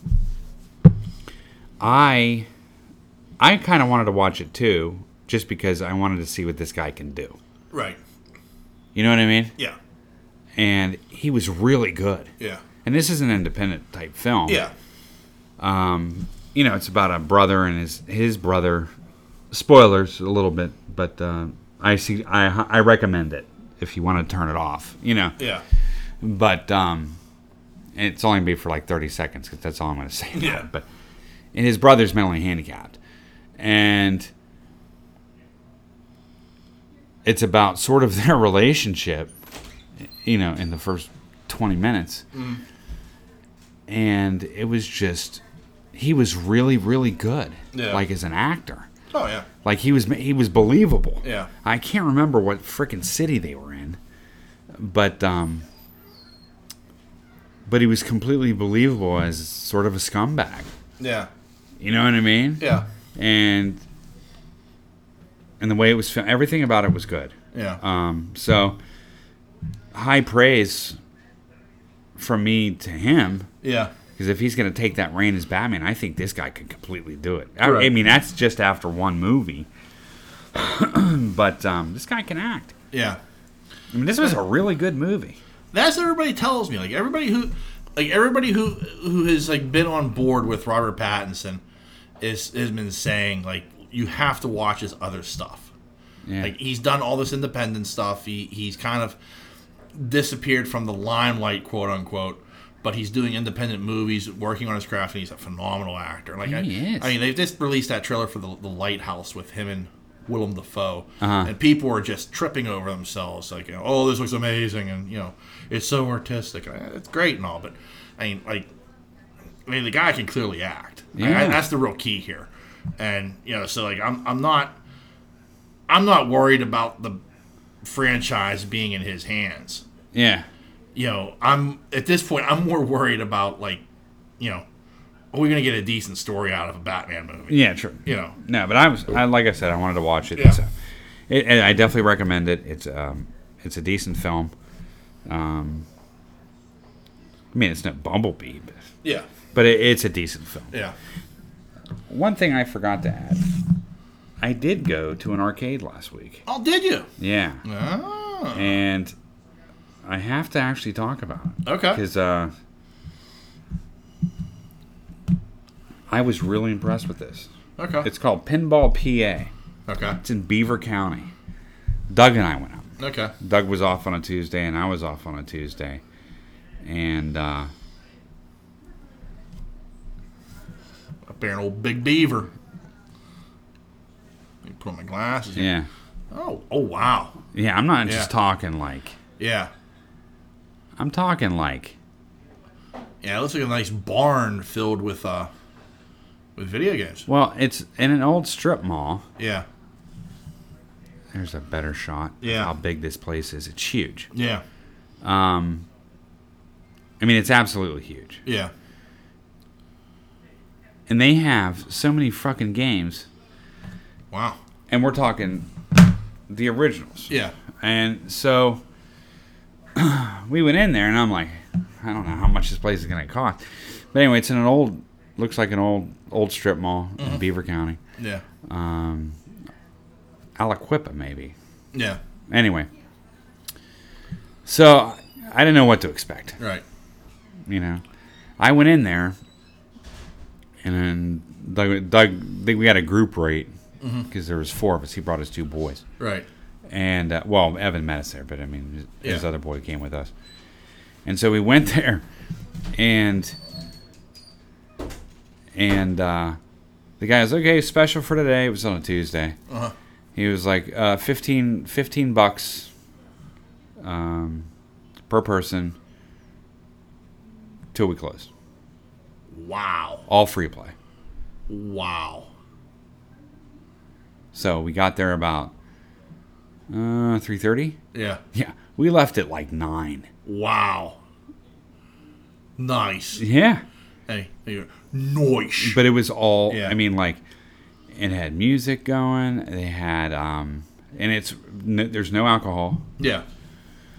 S7: I, I kind of wanted to watch it too, just because I wanted to see what this guy can do.
S6: Right.
S7: You know what I mean?
S6: Yeah.
S7: And he was really good.
S6: Yeah.
S7: And this is an independent type film.
S6: Yeah.
S7: you know, it's about a brother and his his brother. Spoilers a little bit, but uh, I see. I I recommend it if you want to turn it off. You know.
S6: Yeah.
S7: but um, it's only gonna be for like 30 seconds because that's all I'm going to say. about
S6: Yeah.
S7: it. But and his brother's mentally handicapped, and it's about sort of their relationship, you know, in the first 20 minutes,
S6: Mm.
S7: and it was just he was really really good,
S6: Yeah.
S7: like as an actor.
S6: Oh yeah.
S7: Like he was he was believable.
S6: Yeah.
S7: I can't remember what freaking city they were in, but um, but he was completely believable as sort of a scumbag,
S6: Yeah.
S7: You know what I mean?
S6: Yeah.
S7: And and the way it was filmed, everything about it was good.
S6: Yeah.
S7: Um, so high praise from me to him
S6: yeah.
S7: because if he's going to take that reign as Batman, I think this guy could completely do it. I, I
S6: Right.
S7: mean, that's just after one movie, but um, this guy can act.
S6: Yeah.
S7: I mean, this was a really good movie.
S6: That's what everybody tells me. Like everybody who, like everybody who who has like been on board with Robert Pattinson, is has been saying like you have to watch his other stuff.
S7: Yeah.
S6: Like he's done all this independent stuff. He he's kind of disappeared from the limelight, quote unquote. But he's doing independent movies, working on his craft, and he's a phenomenal actor. Like I,
S7: He is.
S6: I mean, they just released that trailer for the, the Lighthouse with him and Willem Dafoe,
S7: Uh-huh.
S6: and people were just tripping over themselves, like, you know, "Oh, this looks amazing," and you know, it's so artistic. And, eh, It's great and all, but I mean, like, I mean, the guy can clearly act. Like, I-
S7: Yeah.
S6: that's the real key here, and you know, so like, I'm I'm not I'm not worried about the franchise being in his hands.
S7: yeah.
S6: You know, I'm at this point I'm more worried about like, you know, are we gonna get a decent story out of a Batman movie?
S7: Yeah, true.
S6: You know.
S7: No, but I was I, like I said, I wanted to watch it.
S6: Yeah.
S7: So it, and I definitely recommend it. It's um, it's a decent film. Um, I mean, it's no Bumblebee, but,
S6: Yeah.
S7: but it, it's a decent film.
S6: Yeah.
S7: One thing I forgot to add: I did go to an arcade last week.
S6: Oh, did you?
S7: Yeah,
S6: Oh.
S7: and I have to actually talk about it
S6: Okay.
S7: because uh, I was really impressed with this.
S6: Okay.
S7: It's called Pinball PA.
S6: okay.
S7: It's in Beaver County. Doug and I went up.
S6: Okay.
S7: Doug was off on a Tuesday, and I was off on a Tuesday, and uh,
S6: Up there, an old big beaver. Let me put on my glasses. here.
S7: yeah,
S6: Oh. Oh wow.
S7: yeah. I'm not
S6: Yeah.
S7: just talking like
S6: Yeah.
S7: I'm talking like
S6: Yeah. It looks like a nice barn filled with uh, with video games.
S7: well, it's in an old strip mall.
S6: Yeah.
S7: There's a better shot. of
S6: Yeah.
S7: how big this place is. It's huge.
S6: Yeah.
S7: I mean, it's absolutely huge.
S6: Yeah.
S7: And they have so many fucking games,
S6: Wow.
S7: and we're talking the originals.
S6: Yeah.
S7: And so we went in there, and I'm like, I don't know how much this place is going to cost. But anyway, it's in an old, looks like an old old strip mall in Beaver County,
S6: Yeah.
S7: Aliquippa maybe.
S6: Yeah.
S7: Anyway, so I didn't know what to expect.
S6: Right.
S7: You know, I went in there, and then Doug, Doug they, we got a group rate because there was four of us. He brought his two boys.
S6: Right.
S7: and uh, well, Evan met us there, but I mean, his, his
S6: Yeah.
S7: other boy came with us, and so we went there, and and uh, the guy was okay. Special for today. It was on a Tuesday.
S6: Uh-huh.
S7: He was like uh, 15, 15 bucks um, per person till we close.
S6: Wow.
S7: All free play.
S6: Wow.
S7: So we got there about uh, three thirty.
S6: Yeah.
S7: Yeah, we left at like nine.
S6: Wow. Nice.
S7: Yeah.
S6: Hey, here. Noish.
S7: but it was all
S6: Yeah.
S7: i mean like it had music going they had um and it's n- there's no alcohol
S6: Yeah.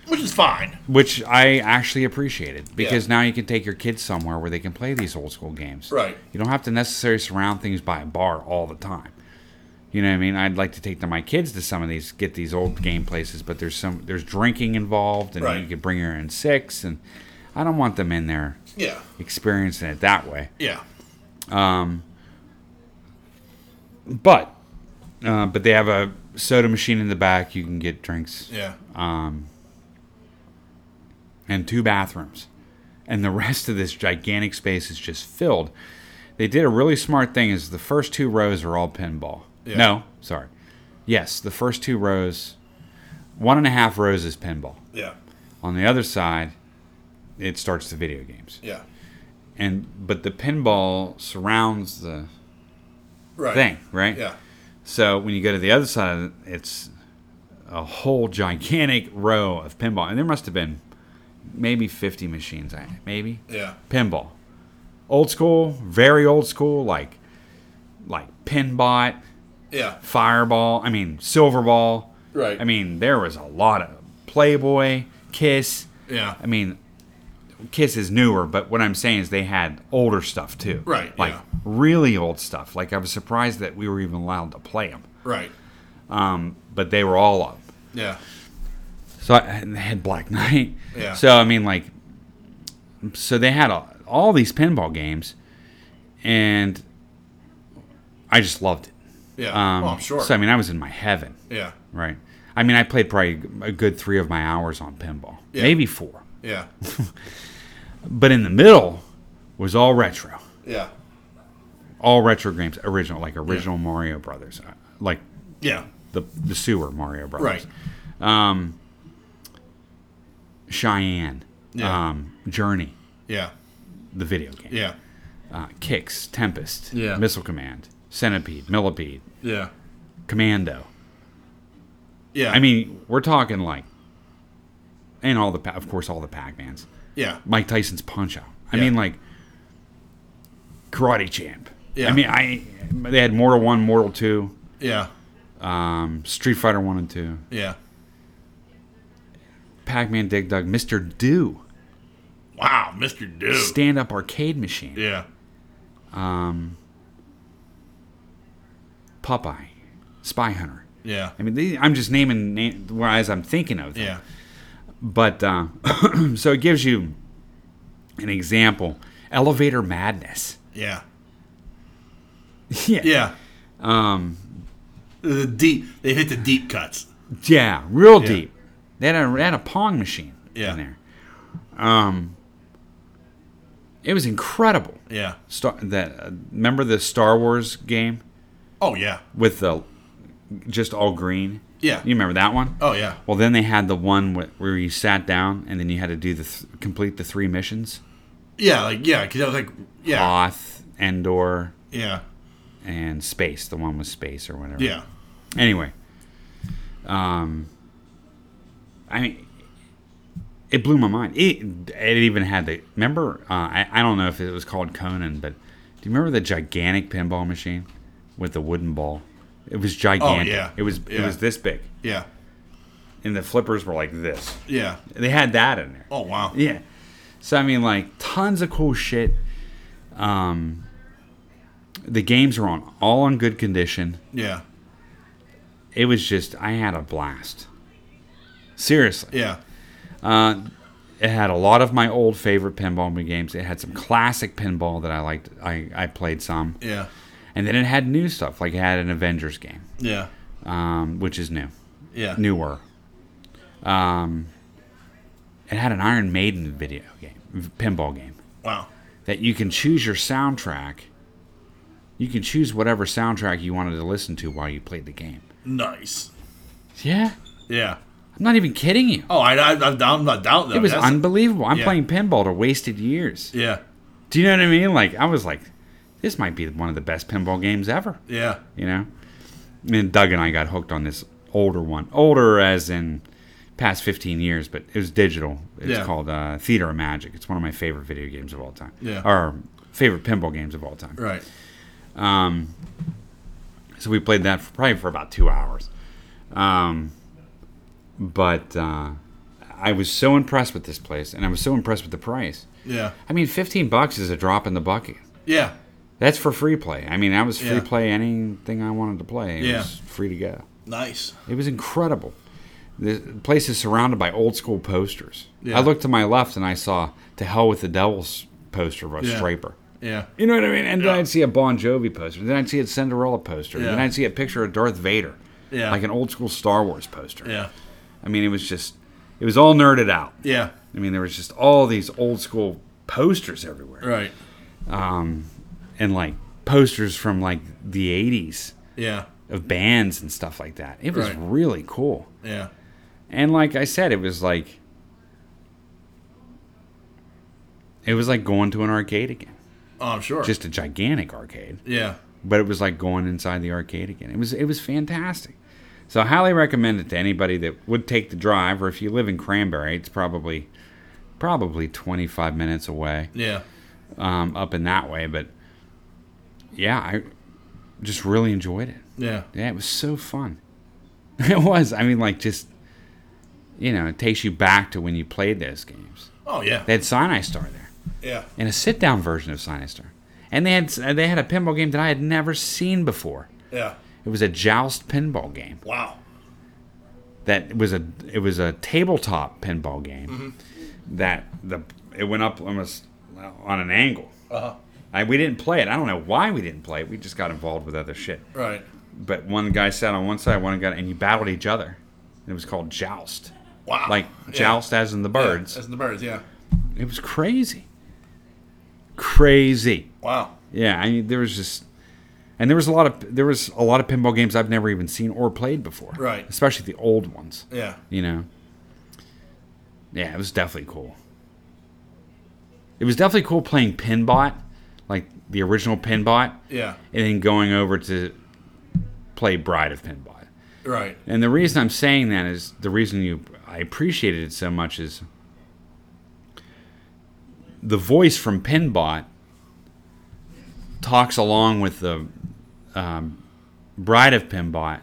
S6: Which is fine.
S7: which i actually appreciated because now you can take your kids somewhere where they can play these old school games
S6: Right.
S7: you don't have to necessarily surround things by a bar all the time you know what i mean i'd like to take the- my kids to some of these get these old game places but there's some there's drinking involved and
S6: Right.
S7: you could bring your own six and i don't want them in there
S6: Yeah.
S7: experiencing it that way
S6: Yeah.
S7: But uh, but they have a soda machine in the back. You can get drinks
S6: Yeah.
S7: and two bathrooms, and the rest of this gigantic space is just filled. They did a really smart thing. Is the first two rows are all pinball?
S6: Yeah.
S7: No, sorry. Yes, the first two rows, one and a half rows is pinball.
S6: Yeah.
S7: On the other side, it starts the video games,
S6: Yeah.
S7: and but the pinball surrounds the
S6: Right.
S7: thing, right?
S6: Yeah.
S7: So when you go to the other side, of it, it's a whole gigantic row of pinball, and there must have been maybe 50 machines, I- maybe
S6: Yeah.
S7: pinball, old school, very old school, like like Pinbot,
S6: Yeah.
S7: Fireball, I mean Silverball.
S6: Right.
S7: I mean, there was a lot of Playboy, Kiss.
S6: Yeah.
S7: I mean, Kiss is newer, but what I'm saying is they had older stuff too.
S6: Right,
S7: Like
S6: yeah.
S7: really old stuff. Like I was surprised that we were even allowed to play them,
S6: Right.
S7: Um, but they were all up.
S6: Yeah.
S7: So I and they had Black Knight.
S6: Yeah.
S7: So I mean, like, so they had all, all these pinball games, and I just loved it.
S6: Yeah.
S7: Um,
S6: well, Oh, I'm sure.
S7: So I mean, I was in my heaven,
S6: yeah.
S7: right? I mean, I played probably a good three of my hours on pinball,
S6: Yeah.
S7: maybe four.
S6: Yeah.
S7: But in the middle was all retro,
S6: Yeah.
S7: all retro games, original, like original Mario Brothers, uh, like
S6: Yeah.
S7: the the sewer Mario Brothers.
S6: Right.
S7: Cheyenne,
S6: Yeah.
S7: um, Journey,
S6: Yeah.
S7: the video game.
S6: Yeah.
S7: uh, Kicks, Tempest,
S6: Yeah.
S7: Missile Command, Centipede, Millipede,
S6: Yeah.
S7: Commando.
S6: Yeah.
S7: I mean, we're talking like, and all the, Pa- of course, all the Pac Mans.
S6: Yeah.
S7: Mike Tyson's Punch Out. I
S6: Yeah.
S7: mean, like, Karate Champ.
S6: Yeah.
S7: I mean, I they had Mortal 1, Mortal 2,
S6: Yeah.
S7: um, Street Fighter 1 and 2,
S6: Yeah.
S7: Pac Man Dig Dug, Mr. Do,
S6: Wow, Mr. Dude.
S7: Stand Up Arcade Machine,
S6: yeah.
S7: Popeye, Spy Hunter.
S6: Yeah.
S7: I mean, they, I'm just naming names as I'm thinking of them.
S6: Yeah.
S7: But uh, so it gives you an example. Elevator madness.
S6: Yeah.
S7: Yeah.
S6: Yeah. Um, the deep. They hit the deep cuts.
S7: Yeah, real deep. They had a, they had a pong machine
S6: Yeah.
S7: in there. Um, it was incredible.
S6: Yeah.
S7: Star, that uh, remember the Star Wars game
S6: Oh yeah.
S7: with the just all green.
S6: Yeah.
S7: you remember that one?
S6: Oh yeah.
S7: Well, then they had the one wh- where you sat down and then you had to do the th- complete the three missions:
S6: Yeah. Like yeah. Because I was like yeah.
S7: Oth, Endor,
S6: yeah.
S7: and space. The one with space or whatever.
S6: Yeah.
S7: Anyway, um, I mean, it blew my mind. It it even had the remember. Uh, I I don't know if it was called Conan, but do you remember the gigantic pinball machine with the wooden ball? It was gigantic.
S6: Oh, yeah.
S7: It was it
S6: Yeah.
S7: was this big,
S6: Yeah.
S7: and the flippers were like this.
S6: Yeah.
S7: They had that in there.
S6: Oh wow.
S7: Yeah. So I mean, like tons of cool shit. Um, the games were on all in good condition
S6: Yeah.
S7: it was just I had a blast. Seriously,
S6: Yeah.
S7: it had a lot of my old favorite pinball games. It had some classic pinball that I liked. I, I played some,
S6: Yeah.
S7: and then it had new stuff. Like it had an Avengers game,
S6: Yeah.
S7: um, which is new,
S6: Yeah.
S7: newer. Um, it had an Iron Maiden video game, v- pinball game
S6: Wow.
S7: that you can choose your soundtrack. You can choose whatever soundtrack you wanted to listen to while you played the game.
S6: Nice.
S7: Yeah,
S6: Yeah.
S7: I'm not even kidding you.
S6: Oh, I, I, I'm not doubting that.
S7: It was
S6: That's-
S7: unbelievable. I'm
S6: yeah.
S7: playing pinball to wasted years.
S6: Yeah.
S7: Do you know what I mean? Like I was like, this might be one of the best pinball games ever.
S6: Yeah.
S7: You know, and Doug and I got hooked on this older one. Older as in past 15 years, but it was digital. It's
S6: Yeah.
S7: called uh, Theater of Magic. It's one of my favorite video games of all time.
S6: Yeah.
S7: Or favorite pinball games of all time.
S6: Right.
S7: So we played that for probably for about two hours. Um, but uh, I was so impressed with this place, and I was so impressed with the price.
S6: Yeah.
S7: I mean, 15 bucks is a drop in the bucket.
S6: Yeah.
S7: That's for free play. I mean, that was free
S6: Yeah.
S7: play anything I wanted to play. It
S6: Yeah.
S7: was free to go.
S6: Nice.
S7: It was incredible. The place is surrounded by old school posters.
S6: Yeah.
S7: I looked to my left and I saw To Hell with the Devil's poster of a
S6: Yeah.
S7: striper.
S6: Yeah.
S7: You know what I mean? And then
S6: Yeah.
S7: I'd see a Bon Jovi poster. Then I'd see a Cinderella poster.
S6: Yeah.
S7: Then I'd see a picture of Darth Vader.
S6: Yeah.
S7: Like an old school Star Wars poster.
S6: Yeah.
S7: I mean, it was just, it was all nerded out.
S6: Yeah.
S7: I mean, there was just all these old school posters everywhere.
S6: Right.
S7: and like posters from like the 80s
S6: Yeah.
S7: of bands and stuff like that. It was
S6: Right.
S7: really cool.
S6: Yeah.
S7: And like I said, it was like it was like going to an arcade again.
S6: Oh, I'm sure.
S7: Just a gigantic arcade,
S6: yeah.
S7: but it was like going inside the arcade again. It was it was fantastic. So I highly recommend it to anybody that would take the drive or if you live in Cranberry, it's probably probably 25 minutes away.
S6: Yeah.
S7: um, up in that way. But yeah, I just really enjoyed it.
S6: Yeah.
S7: Yeah, it was so fun. It was. I mean, like just you know, it takes you back to when you played those games.
S6: Oh yeah.
S7: They had Sinai Star there,
S6: Yeah.
S7: and a sit-down version of Sinai Star, and they had they had a pinball game that I had never seen before.
S6: Yeah.
S7: It was a joust pinball game
S6: Wow.
S7: that was a it was a tabletop pinball game that the it went up almost on an angle.
S6: Uh-huh.
S7: I, we didn't play it. I don't know why we didn't play it. We just got involved with other shit.
S6: Right.
S7: But one guy sat on one side, one guy, and you battled each other. It was called joust,
S6: Wow.
S7: like
S6: Yeah.
S7: joust as in the
S6: Yeah,
S7: birds.
S6: As in the birds. Yeah.
S7: It was crazy, crazy.
S6: Wow.
S7: Yeah, I mean, there was just, and there was a lot of there was a lot of pinball games I've never even seen or played before.
S6: Right.
S7: Especially the old ones.
S6: Yeah.
S7: You know. Yeah, it was definitely cool. It was definitely cool playing Pinbot, like the original Pinbot,
S6: Yeah.
S7: and then going over to play Bride of Pinbot.
S6: Right.
S7: And the reason I'm saying that is the reason you I appreciated it so much is the voice from Pinbot talks along with the um, bride of Pinbot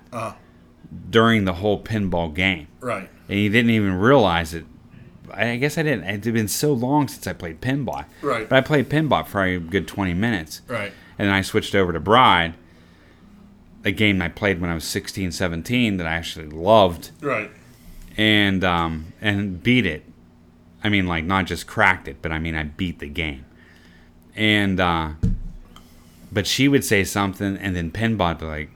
S7: during the whole pinball game,
S6: Right.
S7: and you didn't even realize it. I I guess I didn't. It's been so long since I played Pinbot.
S6: Right.
S7: But I played Pinbot for a good 20 minutes
S6: Right.
S7: and then I switched over to Bride, a game I played when I was 16, 17 that I actually loved
S6: Right.
S7: and um, and beat it. I mean, like not just cracked it, but I mean I beat the game. And uh, but she would say something, and then Pinbot would, like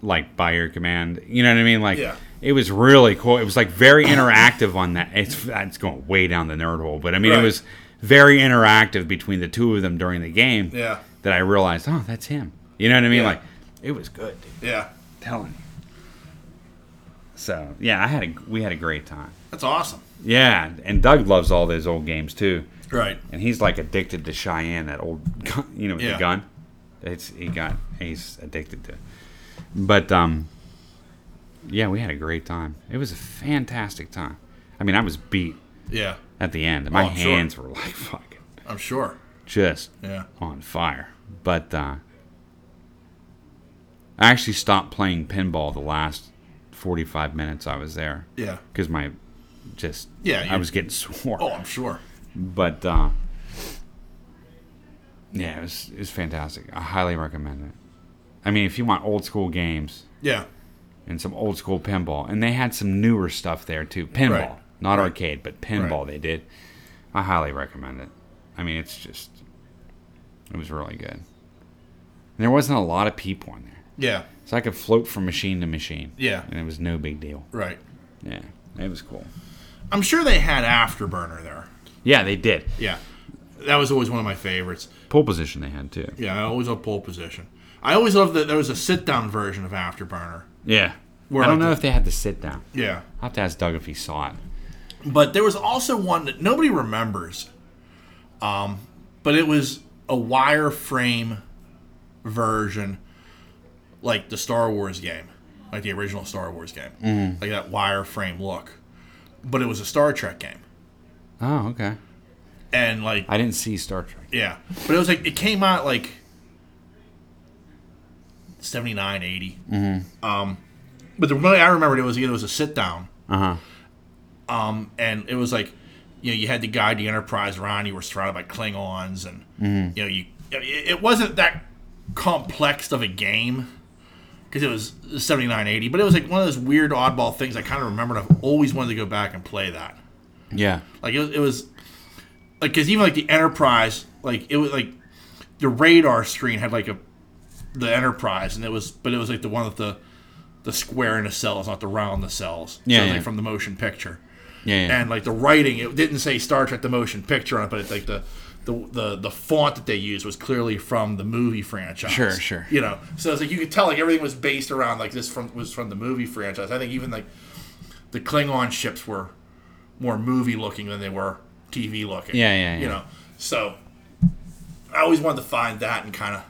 S7: like by your command, you know what I mean? Like
S6: Yeah.
S7: it was really cool. It was like very interactive on that. It's it's going way down the nerd hole, but I mean it
S6: Right.
S7: was very interactive between the two of them during the game.
S6: Yeah.
S7: That I realized, oh, that's him. You know what I mean?
S6: Yeah.
S7: Like it was good, dude
S6: Yeah.
S7: telling you. So yeah, I had a we had a great time.
S6: That's awesome.
S7: Yeah, and Doug loves all those old games too,
S6: Right.
S7: and he's like addicted to Cheyenne, that old gun, you know, with
S6: Yeah.
S7: the gun. It's he got he's addicted to. it. But um, yeah, we had a great time. It was a fantastic time. I mean, I was beat
S6: Yeah.
S7: at the end. My
S6: Oh, I'm sure.
S7: hands were like fucking
S6: I'm sure.
S7: just
S6: Yeah.
S7: on fire. But uh, I actually stopped playing pinball the last 45 minutes I was there
S6: Yeah.
S7: because my just
S6: Yeah,
S7: I
S6: you-
S7: was getting sore.
S6: Oh, I'm sure.
S7: But uh, yeah, it was it was fantastic. I highly recommend it. I mean, if you want old school games
S6: Yeah.
S7: and some old school pinball, and they had some newer stuff there too, pinball,
S6: Right.
S7: not arcade, but pinball they did. I highly recommend it. I mean, it's just it was really good. And there wasn't a lot of people in there,
S6: Yeah.
S7: so I could float from machine to machine.
S6: Yeah.
S7: and it was no big deal.
S6: Right.
S7: Yeah, it was cool.
S6: I'm sure they had Afterburner there.
S7: Yeah, they did.
S6: Yeah. That was always one of my favorites.
S7: Pole position they had too.
S6: Yeah, I always love pole position. I always loved that there was a sit down version of Afterburner.
S7: Yeah.
S6: Where
S7: I don't
S6: I
S7: know
S6: did-
S7: if they had to sit down.
S6: Yeah.
S7: I have to ask Doug if he saw it.
S6: But there was also one that nobody remembers. Um, but it was a wireframe version, like the Star Wars game, like the original Star Wars game, like that wireframe look. But it was a Star Trek game,
S7: Oh, okay.
S6: and like
S7: I didn't see Star Trek.
S6: yeah, but it was like it came out like 79, 80. Um, but the one I remembered it was it was a sit down.
S7: Uh huh.
S6: Um, and it was like, you know, you had to guide the Enterprise around. You were surrounded by Klingons, and you know, you it, it wasn't that complex of a game because it was seventy nine eighty, but it was like one of those weird oddball things I kind of remembered. I've always wanted to go back and play that.
S7: Yeah.
S6: Like it was, it was like because even like the Enterprise, like it was like the radar screen had like a the Enterprise, and it was but it was like the one with the the square in the cells, not the round in the cells.
S7: Yeah,
S6: so,
S7: yeah.
S6: like from the motion picture
S7: Yeah. yeah.
S6: and like the writing it didn't say star trek the motion picture on it but it's like the the, the, the font that they used was clearly from the movie franchise.
S7: Sure, sure.
S6: You know, so it's like you could tell like everything was based around like this from was from the movie franchise. I think even like the Klingon ships were more movie looking than they were TV looking.
S7: Yeah, yeah, yeah.
S6: You know, so I always wanted to find that and kind of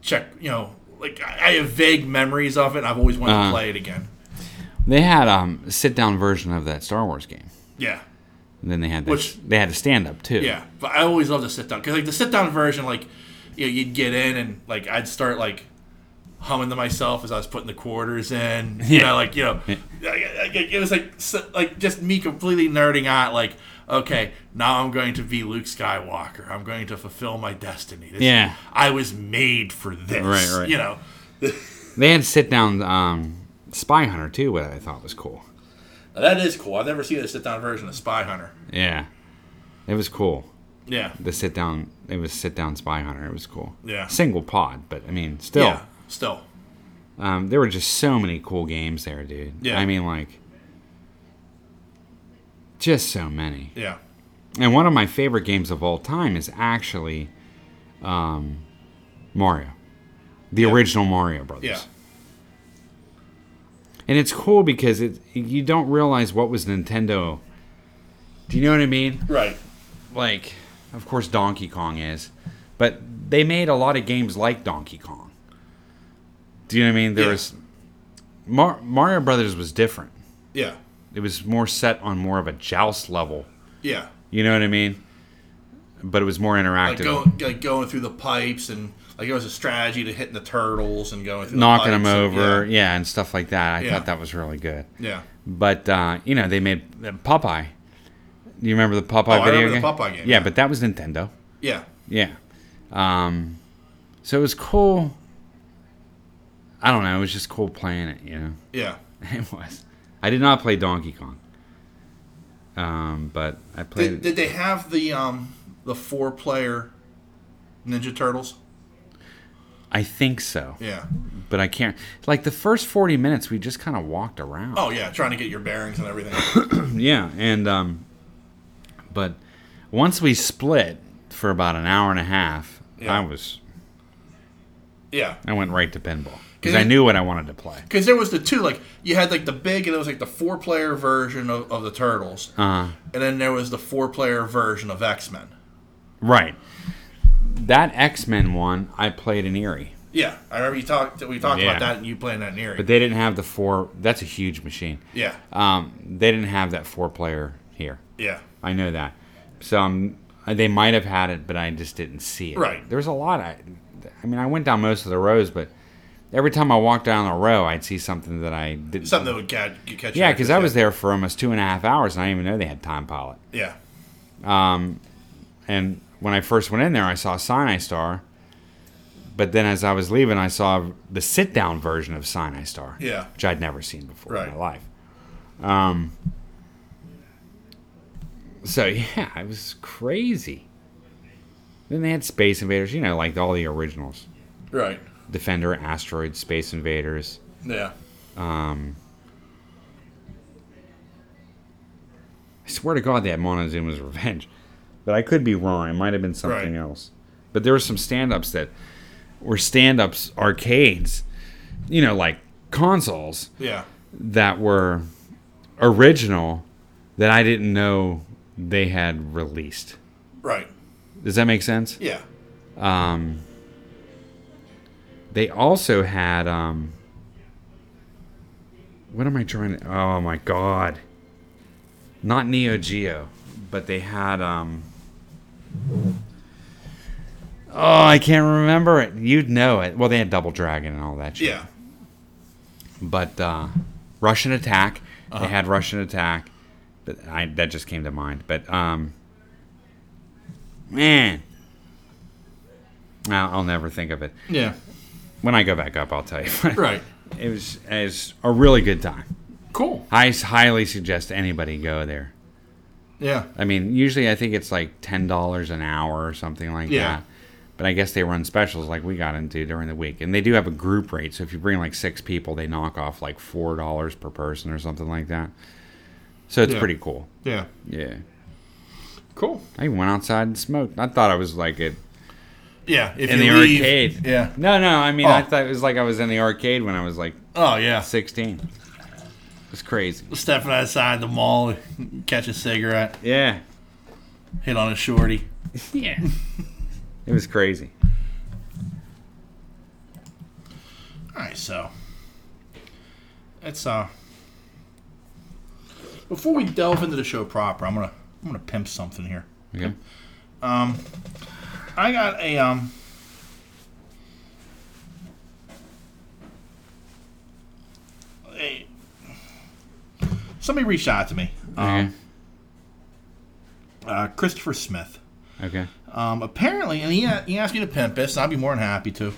S6: check. You know, like I, I have vague memories of it. and I've always wanted
S7: Uh-huh.
S6: to play it again.
S7: They had um, a sit down version of that Star Wars game.
S6: Yeah.
S7: And then they had that
S6: Which-
S7: they had a stand up too.
S6: Yeah, but I always love the sit down because like the sit down version, like you know, you'd get in and like I'd start like humming to myself as I was putting the quarters in. You know, like you know, like, like, it was like so, like just me completely nerding out. Like, okay, now I'm going to be Luke Skywalker. I'm going to fulfill my destiny. This-
S7: Yeah.
S6: I was made for this.
S7: Right, right.
S6: You know,
S7: They had sit down um, Spy Hunter too, what I thought was cool.
S6: Now, that is cool. I've never seen a sit down version of Spy Hunter.
S7: Yeah, it was cool.
S6: Yeah,
S7: The sit down, it was sit down Spy Hunter. It was cool.
S6: Yeah.
S7: single pod, but I mean, still,
S6: yeah, still.
S7: um, there were just so many cool games there, dude.
S6: Yeah.
S7: I mean, like, just so many.
S6: Yeah,
S7: And one of my favorite games of all time is actually um, Mario, the original Mario Brothers.
S6: yeah,
S7: And it's cool because it you don't realize what was Nintendo. Do you know what I mean?
S6: right.
S7: Like, of course Donkey Kong is, but they made a lot of games like Donkey Kong. Do you know what I mean? There
S6: Yeah.
S7: was Mar- Mario Brothers was different.
S6: Yeah,
S7: It was more set on more of a joust level.
S6: yeah.
S7: You know what I mean? But it was more interactive.
S6: like going like going through the pipes and like it was a strategy to hitting the turtles and going through
S7: knocking
S6: the
S7: them
S6: pipes and-
S7: over, yeah. and stuff like that. I
S6: Yeah.
S7: thought that was really good.
S6: yeah. yeah.
S7: But uh, you know, they made Popeye. Do you remember the Popeye
S6: Oh, I
S7: video
S6: remember the
S7: game?
S6: Popeye game,
S7: Yeah,
S6: yeah.
S7: but that was Nintendo.
S6: Yeah,
S7: Yeah. Um, so it was cool. I don't know. It was just cool playing it. You know,
S6: yeah.
S7: it was. I did not play Donkey Kong. Um, but I played.
S6: Did, did they have the um the four player Ninja Turtles?
S7: I think so,
S6: Yeah.
S7: but I can't. Like the first forty minutes, we just kind of walked around.
S6: Oh yeah, trying to get your bearings and everything.
S7: Yeah, and um, but once we split for about an hour and a half,
S6: Yeah.
S7: I was
S6: yeah.
S7: I went right to pinball because
S6: Can
S7: I
S6: you-
S7: knew what I wanted to play.
S6: Because there was the two, like you had like the big, and it was like the four-player version of, of the Turtles,
S7: Uh,
S6: and then there was the four-player version of X Men.
S7: right, that X Men one I played in Erie,
S6: Yeah, I remember you talked. We talked
S7: Yeah.
S6: about that, and you playing that in Erie.
S7: but they didn't have the four. That's a huge machine.
S6: yeah,
S7: Um, they didn't have that four player here.
S6: yeah,
S7: I know that. So um, they might have had it, but I just didn't see it.
S6: Right.
S7: There was a lot. I, I mean, I went down most of the rows, but every time I walked down the row, I'd see something that I didn't.
S6: something that would catch you catch. your
S7: Yeah, because I
S6: interest,
S7: was there for almost two and a half hours, and I didn't even know they had Time Pilot.
S6: Yeah,
S7: And when I first went in there, I saw Sinai Star. But then as I was leaving, I saw the sit down version of Sinai Star.
S6: Yeah.
S7: Which I'd never seen before in
S6: Right.
S7: my life. Um, so, yeah, it was crazy. Then they had Space Invaders, you know, like all the originals
S6: right.
S7: Defender, Asteroid, Space Invaders.
S6: Yeah,
S7: I swear to God, they had Montezuma's Revenge, but I could be wrong. It might have been something
S6: Right.
S7: else. But there were some stand-ups that were stand-ups arcades, you know, like consoles
S6: yeah,
S7: that were original that I didn't know they had released.
S6: right.
S7: Does that make sense?
S6: Yeah,
S7: They also had um what am I trying to Oh my god. Not Neo Geo, but they had um Oh, I can't remember it. You'd know it. Well, they had Double Dragon and all that shit.
S6: yeah,
S7: But uh Russian Attack, they had Russian Attack. But I that just came to mind. But um man I'll I'll never think of it.
S6: yeah.
S7: When I go back up, I'll tell you.
S6: Right.
S7: It was, it was a really good time.
S6: Cool.
S7: I s- highly suggest anybody go there.
S6: Yeah.
S7: I mean, usually I think it's like ten dollars an hour or something like
S6: Yeah.
S7: that. But I guess they run specials like we got into during the week, and they do have a group rate. So if you bring like six people, they knock off like four dollars per person or something like that. So it's
S6: Yeah.
S7: pretty cool.
S6: Yeah.
S7: Yeah,
S6: Cool.
S7: I even went outside and smoked. I thought I was like it
S6: Yeah. If
S7: in
S6: you
S7: the
S6: leave-
S7: arcade.
S6: Yeah.
S7: No, no. I mean, I
S6: Oh.
S7: thought it was like I was in the arcade when I was like
S6: Oh yeah.
S7: sixteen. It's crazy.
S6: Stepping outside the mall, catch a cigarette,
S7: Yeah.
S6: hit on a shorty.
S7: Yeah. it was crazy.
S6: All right. So that's uh. Before we delve into the show proper, I'm gonna I'm gonna pimp something here.
S7: Okay.
S6: I got Um, a um Somebody reached out to me.
S7: Okay.
S6: Um, Uh, Christopher Smith.
S7: okay.
S6: Um, apparently, and he, he asked me to pimp this, and I'd be more than happy to.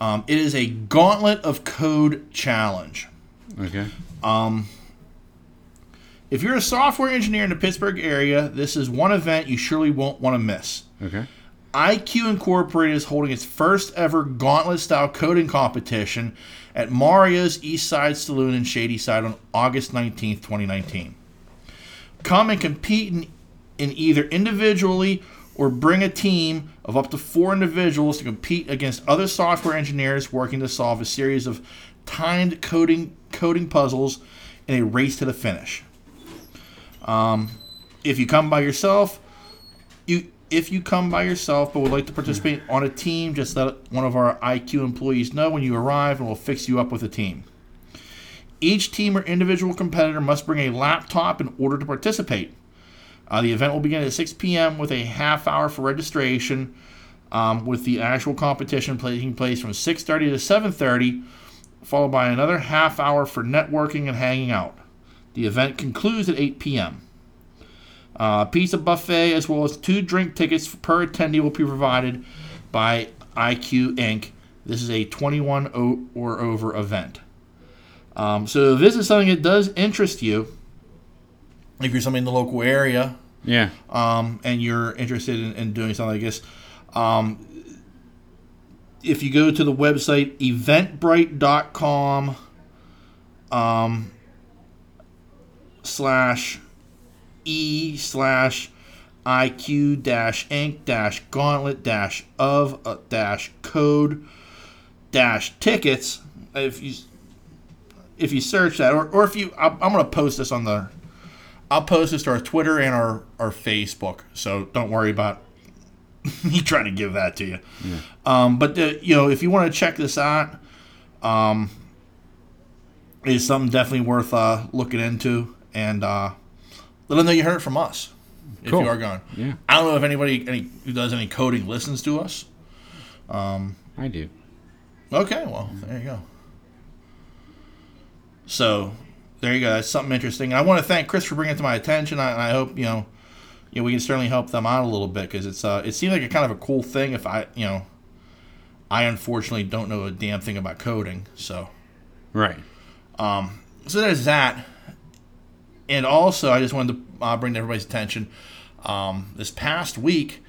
S6: Um, it is a Gauntlet of Code challenge.
S7: Okay.
S6: If you're a software engineer in the Pittsburgh area, this is one event you surely won't want to miss.
S7: Okay.
S6: IQ Incorporated is holding its first ever gauntlet style coding competition at Mario's East Side Saloon in Shadyside on August 19th, 2019. Come and compete in, in either individually or bring a team of up to four individuals to compete against other software engineers working to solve a series of timed coding coding puzzles in a race to the finish. Um, if you come by yourself, you if you come by yourself but would like to participate on a team, just let one of our IQ employees know when you arrive and we'll fix you up with a team. Each team or individual competitor must bring a laptop in order to participate. Uh, the event will begin at 6 p.m. with a half hour for registration, um, with the actual competition taking place from 6:30 to 7:30, followed by another half hour for networking and hanging out. The event concludes at 8 p.m. A Uh, pizza buffet as well as two drink tickets per attendee will be provided by IQ Inc. This is a 21 o- or over event. Um, so if this is something that does interest you. If you're somebody in the local area
S7: Yeah.
S6: um, and you're interested in, in doing something like this, um, if you go to the website eventbrite.com um, slash e slash iq dash inc dash gauntlet dash of uh, dash code dash tickets if you if you search that or, or if you I'm, I'm gonna post this on the I'll post this to our Twitter and our, our Facebook, so don't worry about me trying to give that to you. Um, but the, you know, if you want to check this out, um, it's something definitely worth uh, looking into, and uh, let them know you heard it from us if
S7: Cool.
S6: you are going.
S7: Yeah.
S6: I don't know if anybody any who does any coding listens to us.
S7: I do.
S6: Okay, well, there you go. So, there you go. That's something interesting. I want to thank Chris for bringing it to my attention. I, and I hope you know, you know, we can certainly help them out a little bit because it's uh, it seems like a kind of a cool thing. If I, you know, I unfortunately don't know a damn thing about coding, so
S7: Right.
S6: so there's that. And also, I just wanted to uh, bring to everybody's attention. Um, this past week,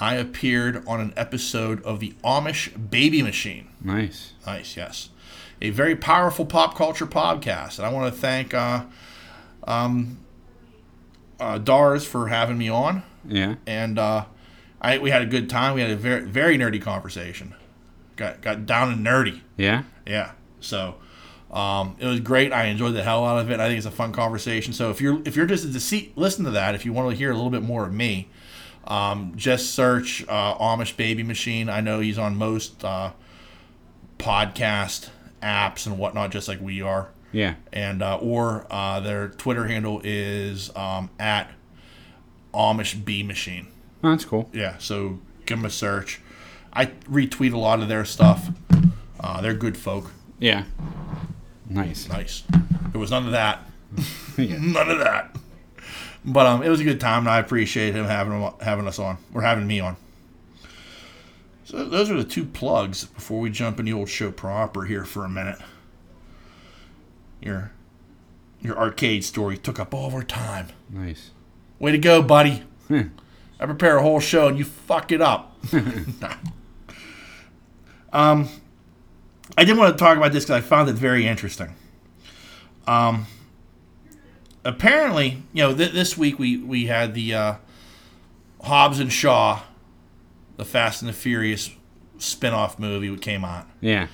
S6: I appeared on an episode of the Amish Baby Machine.
S7: Nice.
S6: Nice, yes. A very powerful pop culture podcast. And I want to thank uh, um, uh, Dars for having me on.
S7: Yeah.
S6: And uh, I, we had a good time. We had a very, very nerdy conversation. Got, got down and nerdy.
S7: Yeah.
S6: Yeah. So um, it was great. I enjoyed the hell out of it. I think it's a fun conversation. So if you're if you're just to see listen to that, if you want to hear a little bit more of me, um, just search uh, Amish Baby Machine. I know he's on most uh, podcast apps and whatnot, just like we are.
S7: Yeah.
S6: And uh, or uh, their Twitter handle is um, at Amish B Machine
S7: Oh, that's cool.
S6: yeah so give them a search i retweet a lot of their stuff uh, they're good folk
S7: Yeah. Nice.
S6: nice there was none of that
S7: Yeah.
S6: none of that but um, it was a good time and i appreciate him having him, having us on or having me on so those are the two plugs before we jump in the old show proper here for a minute your your arcade story took up all of our time
S7: Nice.
S6: way to go buddy I prepare a whole show and you fuck it up. um, I did want to talk about this because I found it very interesting. Um, apparently, you know, th- this week we we had the uh, Hobbs and Shaw, the Fast and the Furious spin-off movie that came out,
S7: Yeah.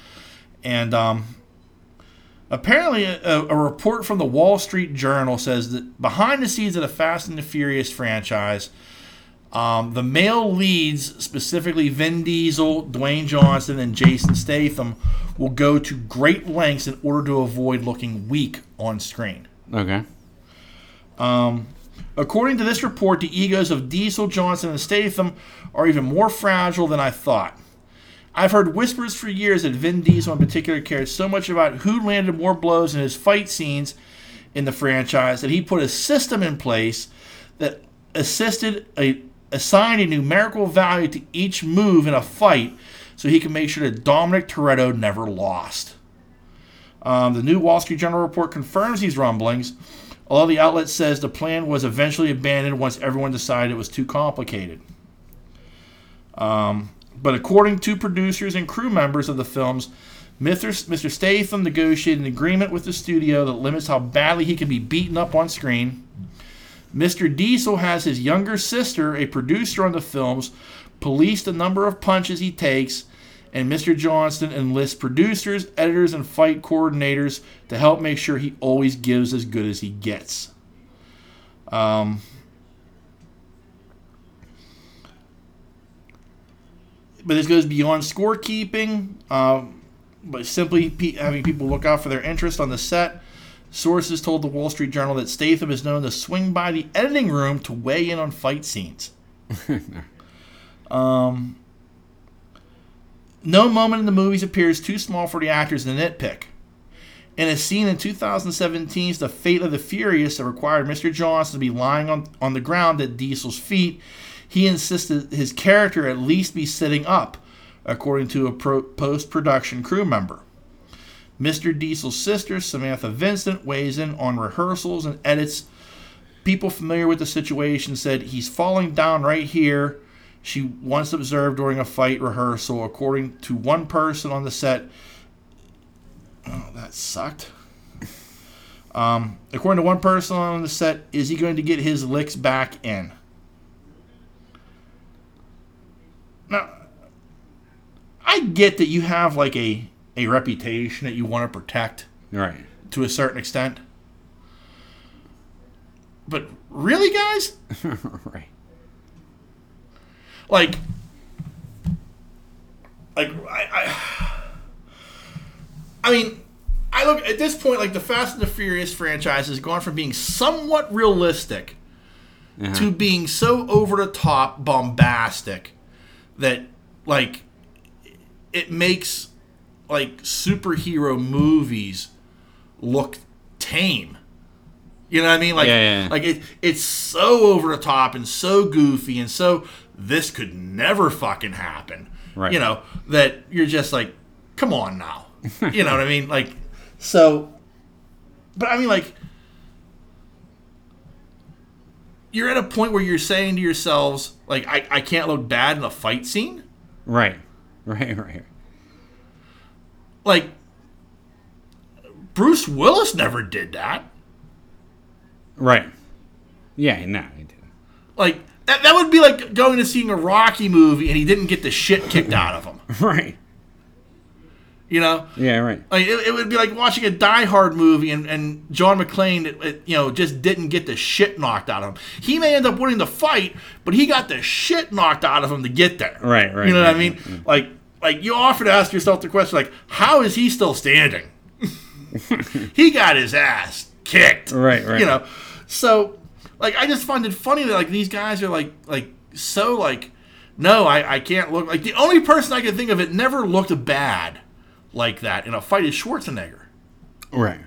S6: and um, apparently a, a report from the Wall Street Journal says that behind the scenes of the Fast and the Furious franchise. Um, the male leads, specifically Vin Diesel, Dwayne Johnson, and Jason Statham, will go to great lengths in order to avoid looking weak on screen.
S7: Okay.
S6: According to this report, the egos of Diesel, Johnson, and Statham are even more fragile than I thought. I've heard whispers for years that Vin Diesel, in particular, cared so much about who landed more blows in his fight scenes in the franchise that he put a system in place that assisted a assigned a numerical value to each move in a fight so he could make sure that Dominic Toretto never lost. Um, the new Wall Street Journal report confirms these rumblings, although the outlet says the plan was eventually abandoned once everyone decided it was too complicated. Um, but according to producers and crew members of the films, Mr. Mr. Statham negotiated an agreement with the studio that limits how badly he can be beaten up on screen. Mr. Diesel has his younger sister, a producer on the films, police the number of punches he takes, and Mr. Johnston enlists producers, editors, and fight coordinators to help make sure he always gives as good as he gets. Um, but this goes beyond scorekeeping, uh, but simply pe- having people look out for their interest on the set. Sources told the Wall Street Journal that Statham is known to swing by the editing room to weigh in on fight scenes. um, no moment in the movies appears too small for the actors to nitpick. In a scene in 2017's The Fate of the Furious that required Mr. Johnson to be lying on, on the ground at Diesel's feet, he insisted his character at least be sitting up, according to a pro- post production crew member. Mr. Diesel's sister, Samantha Vincent, weighs in on rehearsals and edits. People familiar with the situation said he's falling down right here. She once observed during a fight rehearsal, according to one person on the set. Oh, that sucked. Um, according to one person on the set, is he going to get his licks back in? Now, I get that you have like a a reputation that you want to protect
S7: Right.
S6: to a certain extent. But really, guys?
S7: right.
S6: Like, like I, I, I mean, I look at this point. Like the Fast and the Furious franchise has gone from being somewhat realistic
S7: Uh-huh.
S6: to being so over the top bombastic that like it makes like superhero movies look tame. You know what I mean? Like
S7: Yeah, yeah, yeah.
S6: like it it's so over the top and so goofy and so this could never fucking happen.
S7: Right.
S6: You know, that you're just like, come on now. you know what I mean? Like so but I mean like you're at a point where you're saying to yourselves, like, I, I can't look bad in a fight scene.
S7: Right. Right. Right.
S6: Like, Bruce Willis never did that.
S7: Right. Yeah. No, I didn't.
S6: Like, that, that would be like going to seeing a Rocky movie and he didn't get the shit kicked out of him.
S7: Right.
S6: You know?
S7: Yeah. Right.
S6: Like, it, it would be like watching a Die Hard movie and, and John McClane, it- it, you know, just didn't get the shit knocked out of him. He may end up winning the fight, but he got the shit knocked out of him to get there.
S7: Right, right,
S6: You know what I
S7: right,
S6: mean? Like, like you often ask yourself the question, like, how is he still standing? he got his ass kicked.
S7: Right, right.
S6: You know, so like I just find it funny that like these guys are like like so like no I I can't look like the only person I can think of that never looked bad like that in a fight is Schwarzenegger.
S7: Right.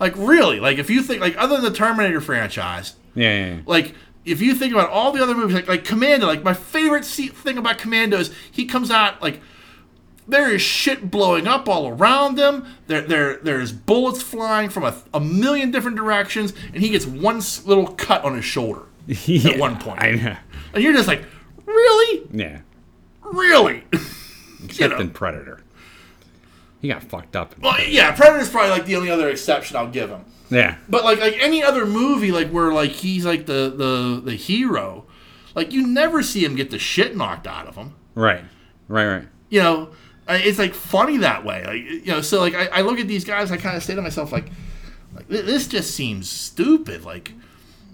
S6: Like really, like if you think like other than the Terminator franchise,
S7: Yeah. Yeah. yeah.
S6: like if you think about all the other movies, like like Commando, like my favorite se- thing about Commando is he comes out like there is shit blowing up all around him. There there there's bullets flying from a, a million different directions, and he gets one s- little cut on his shoulder
S7: Yeah,
S6: at one point.
S7: I know.
S6: And you're just like, really,
S7: Yeah.
S6: really?
S7: Except
S6: know.
S7: in Predator. He got fucked up.
S6: well, yeah, Predator's probably like the only other exception I'll give him.
S7: Yeah.
S6: But like like any other movie, like where like he's like the the the hero, like you never see him get the shit knocked out of him.
S7: Right. Right. Right.
S6: You know, I- it's like funny that way. Like you know, so like I, I look at these guys, I kind of say to myself like, like thi- this just seems stupid. Like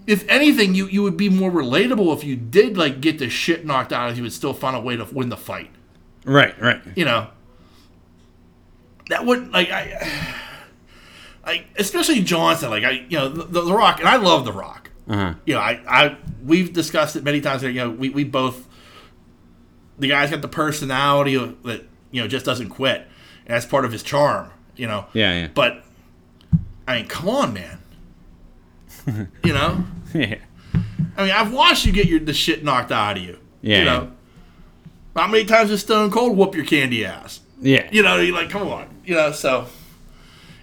S6: if anything, you you would be more relatable if you did like get the shit knocked out of you, would still find a way to win the fight.
S7: Right. Right.
S6: You know, that would like I. I, especially Johnson, like I, you know, the, the Rock, and I love the Rock
S7: Uh huh.
S6: you know, I, I we've discussed it many times. You know, we, we both the guy's got the personality of, that you know just doesn't quit, and that's part of his charm. You know,
S7: Yeah, yeah.
S6: But I mean, come on, man. you know,
S7: yeah.
S6: I mean, I've watched you get your the shit knocked out of you.
S7: Yeah.
S6: You know, how many times does Stone Cold whoop your candy ass?
S7: Yeah.
S6: You know, you're like, come on. You know, so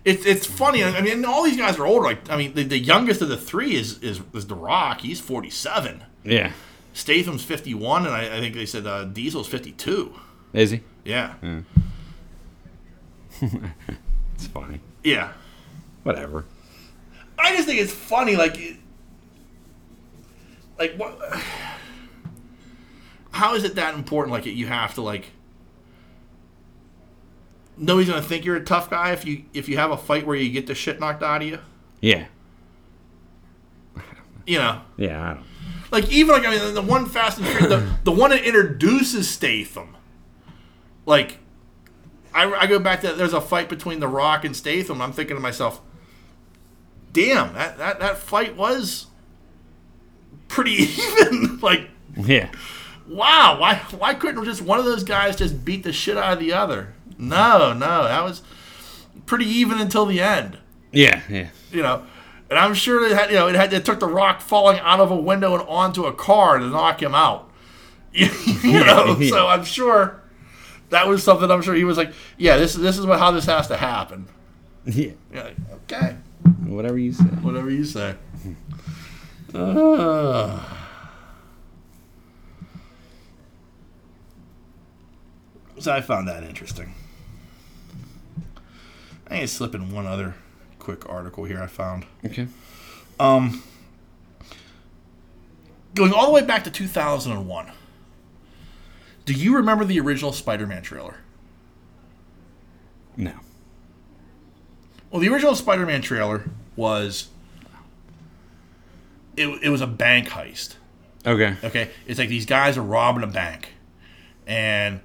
S6: it's it's funny. I mean, all these guys are older. Like, I mean, the, the youngest of the three is is, is The Rock. He's 47.
S7: Yeah.
S6: Statham's 51, and I, I think they said uh, Diesel's 52.
S7: Is he?
S6: Yeah.
S7: It's funny.
S6: Yeah.
S7: Whatever.
S6: I just think it's funny, like, it- like what? How is it that important? Like, you have to like. Nobody's gonna think you're a tough guy if you if you have a fight where you get the shit knocked out of you.
S7: Yeah.
S6: You know,
S7: Yeah. I don't.
S6: like even like I mean the one Fast and Furious, the, the one that introduces Statham. Like, I, I go back to there's a fight between The Rock and Statham. I'm thinking to myself, damn that that, that fight was pretty even. like,
S7: Yeah.
S6: wow, why why couldn't just one of those guys just beat the shit out of the other? No, no, that was pretty even until the end
S7: Yeah. Yeah.
S6: you know. And I'm sure it had, you know, it had, it took the rock falling out of a window and onto a car to knock him out. you know, so I'm sure that was something. I'm sure he was like, yeah, this this is what how this has to happen.
S7: Yeah.
S6: You're like, okay,
S7: Whatever you say.
S6: whatever you say. Uh, so I found that interesting. I ain't slipping one other quick article here I found.
S7: Okay.
S6: going all the way back to 2001. Do you remember the original Spider-Man trailer?
S7: No.
S6: Well, the original Spider-Man trailer was it, it was a bank heist.
S7: Okay.
S6: Okay, it's like these guys are robbing a bank, and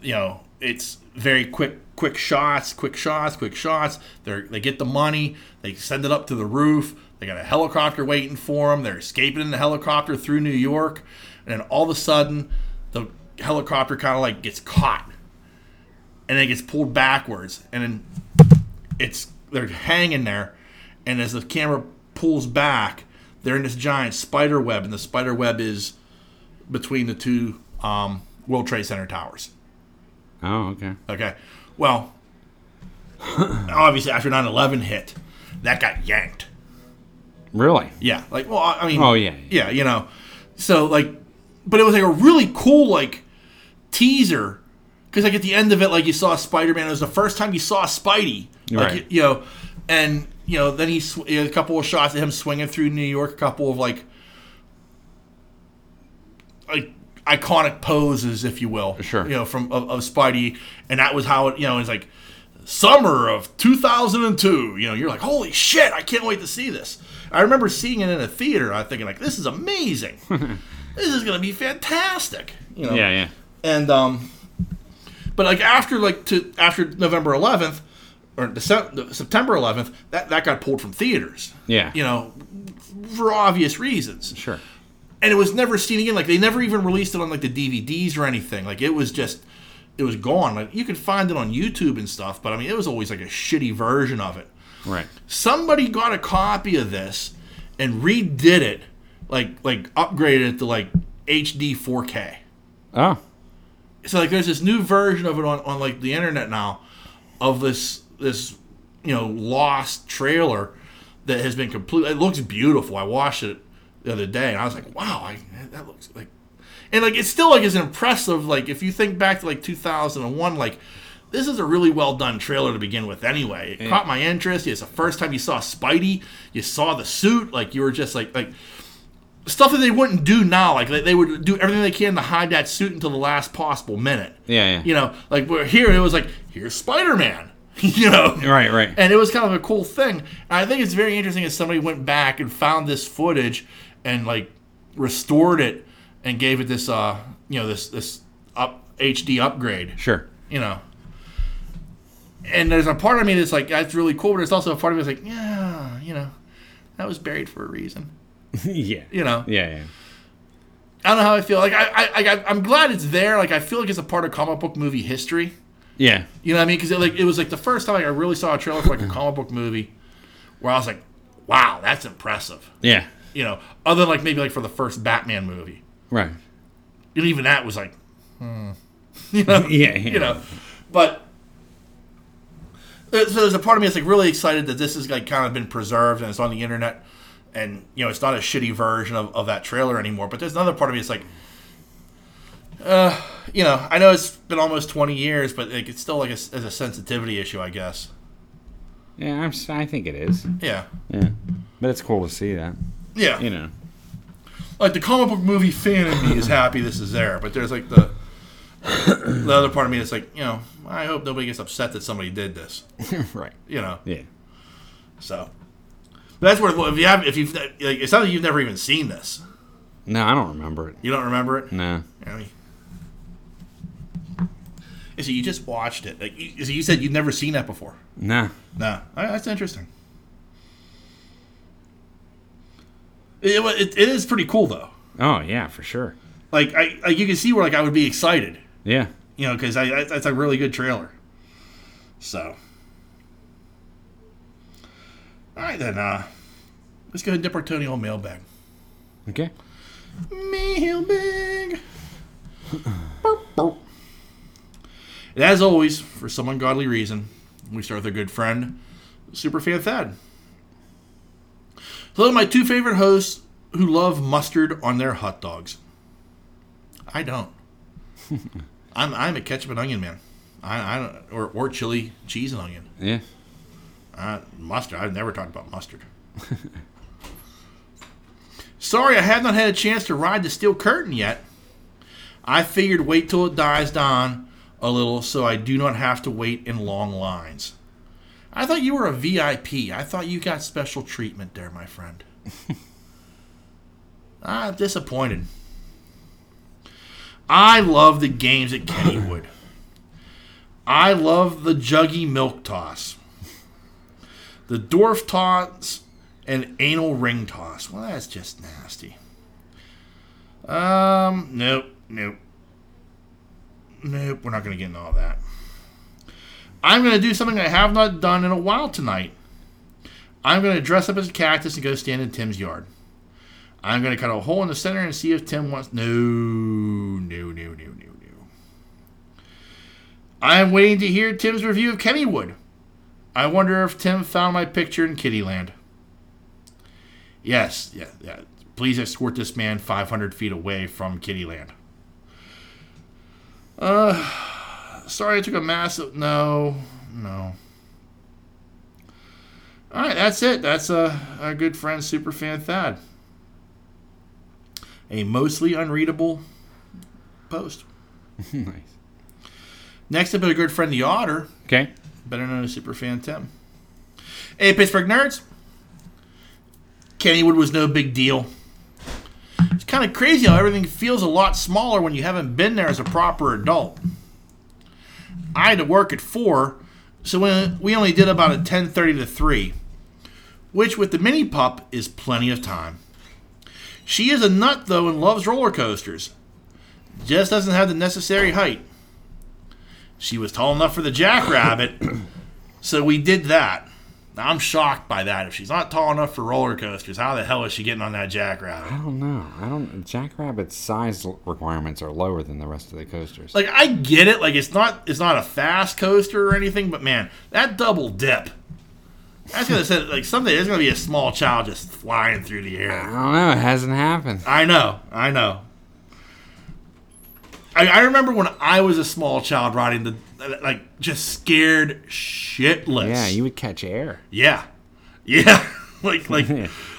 S6: you know it's very quick, quick shots, quick shots, quick shots. They they get the money, they send it up to the roof. They got a helicopter waiting for them. They're escaping in the helicopter through New York, and then all of a sudden, the helicopter kind of like gets caught, and it gets pulled backwards, and then it's they're hanging there, and as the camera pulls back, they're in this giant spider web, and the spider web is between the two um, World Trade Center towers.
S7: Oh. Okay.
S6: Okay, well, obviously after 9/11 hit, that got yanked.
S7: Really?
S6: Yeah, like well, I I mean,
S7: Oh, yeah,
S6: yeah, you know, so like, but it was like a really cool like teaser because like at the end of it, like you saw Spider Man. It was the first time you saw Spidey, like
S7: Right.
S6: you know, and you know then he sw- you know, a couple of shots of him swinging through New York, a couple of like like iconic poses, if you will,
S7: Sure.
S6: you know, from of, of Spidey, and that was how it you know it's like summer of 2002 you know you're like holy shit i can't wait to see this i remember seeing it in a theater i'm thinking like this is amazing this is going to be fantastic you know
S7: Yeah. Yeah.
S6: and um but like after like to after november 11th or December, september 11th that that got pulled from theaters
S7: Yeah.
S6: you know for obvious reasons
S7: Sure.
S6: and it was never seen again. Like they never even released it on like the DVDs or anything. Like it was just, it was gone. Like you could find it on YouTube and stuff, but I mean it was always like a shitty version of it.
S7: Right.
S6: Somebody got a copy of this and redid it, like like upgraded it to like HD 4K.
S7: Oh.
S6: So like there's this new version of it on on like the internet now, of this this you know lost trailer that has been complete. It looks beautiful. I watched it the other day, and I was like, wow, I, that looks like, and like it's still like is impressive. Like if you think back to like 2001, like this is a really well done trailer to begin with. Anyway, it caught my interest. It's the first time you saw Spidey, you saw the suit, like you were just like like. Stuff that they wouldn't do now, like they, they would do everything they can to hide that suit until the last possible minute.
S7: Yeah, yeah.
S6: You know, like we're here, it was like here's Spider Man. you know,
S7: Right. Right.
S6: and it was kind of a cool thing. And I think it's very interesting that somebody went back and found this footage and like restored it and gave it this uh you know this this up HD upgrade.
S7: sure.
S6: You know. And there's a part of me that's like that's really cool, but there's also a part of me that's like yeah, you know, that was buried for a reason.
S7: yeah.
S6: You know.
S7: Yeah. Yeah.
S6: I don't know how I feel. Like I, I, I I'm glad it's there. Like I feel like it's a part of comic book movie history.
S7: Yeah.
S6: You know what I mean? Because it, like it was like the first time like, I really saw a trailer for like a comic book movie where I was like, wow, that's impressive.
S7: Yeah.
S6: You know, other than like maybe like for the first Batman movie.
S7: Right.
S6: And even that was like, hmm. you know,
S7: Yeah, yeah.
S6: you know, but uh, so there's a part of me that's like really excited that this has like kind of been preserved and it's on the internet, and you know it's not a shitty version of, of that trailer anymore. But there's another part of me that's like, uh, you know, I know it's been almost 20 years, but like it's still like a, as a sensitivity issue, I guess.
S7: Yeah, I'm, s- I think it is.
S6: Yeah,
S7: Yeah. But it's cool to see that.
S6: yeah.
S7: You know.
S6: like the comic book movie fan in me is happy this is there, but there's like the the other part of me that's like, you know, I hope nobody gets upset that somebody did this,
S7: right.
S6: you know.
S7: Yeah.
S6: So but that's where well, if you have if you've like, it sounds like you've never even seen this.
S7: No, I don't remember it.
S6: You don't remember it.
S7: No.
S6: I mean, you see, you just watched it. Like you, you see, you said you've never seen that before.
S7: No.
S6: No, I- that's interesting. It, wa- it, it is pretty cool though.
S7: Oh, yeah, for sure.
S6: Like I, like you can see where like I would be excited.
S7: Yeah.
S6: you know, because I, I that's a really good trailer. So, all right then, uh, let's go ahead and dip our Tony on mailbag.
S7: Okay.
S6: Mailbag. Burp, burp. and as always, for some ungodly reason, we start with our good friend, Superfan Thad. Hello, my two favorite hosts who love mustard on their hot dogs. I don't. I'm I'm a ketchup and onion man. I, I don't or or chili cheese and onion.
S7: Yeah.
S6: Uh, mustard. I've never talked about mustard. Sorry, I have not had a chance to ride the steel curtain yet. I figured wait till it dies down a little so I do not have to wait in long lines. I thought you were a VIP. I thought you got special treatment there, my friend. I'm disappointed. I love the games at Kennywood. I love the juggy milk toss the dwarf toss and anal ring toss. Well, that's just nasty. Um, nope, nope, nope. We're not gonna get into all that. I'm gonna do something I have not done in a while tonight. I'm gonna dress up as a cactus and go stand in Tim's yard. I'm gonna cut a hole in the center and see if Tim wants. No, no, no, no, no, no. I am waiting to hear Tim's review of Kennywood. I wonder if Tim found my picture in Kittyland. Yes, yeah, yeah. Please escort this man 500 feet away from Kittyland. Uh, sorry I took a massive. No, no. All right, that's it. That's uh, our good friend Superfan Thad. A mostly unreadable post.
S7: nice.
S6: Next up, a good friend, the Otter,
S7: Okay.
S6: better known as Superfan Tim. Hey, Pittsburgh nerds. Kennywood was no big deal. It's kind of crazy how everything feels a lot smaller when you haven't been there as a proper adult. I had to work at 4, so we- we only did about a 10:30 to 3, which with the mini pup is plenty of time. She is a nut though and loves roller coasters. Just doesn't have the necessary height. She was tall enough for the jackrabbit, so we did that. Now, I'm shocked by that. If she's not tall enough for roller coasters, how the hell is she getting on that jackrabbit?
S7: I don't know. I don't. Jackrabbit's size l- requirements are lower than the rest of the coasters.
S6: Like I get it, like it's not it's not a fast coaster or anything, but man, that double dip. That's gonna say like someday there's gonna be a small child just flying through the air.
S7: I don't know. It hasn't happened.
S6: I know, I know. I, I remember when I was a small child riding the like just scared shitless.
S7: Yeah, you would catch air.
S6: Yeah, yeah. like like,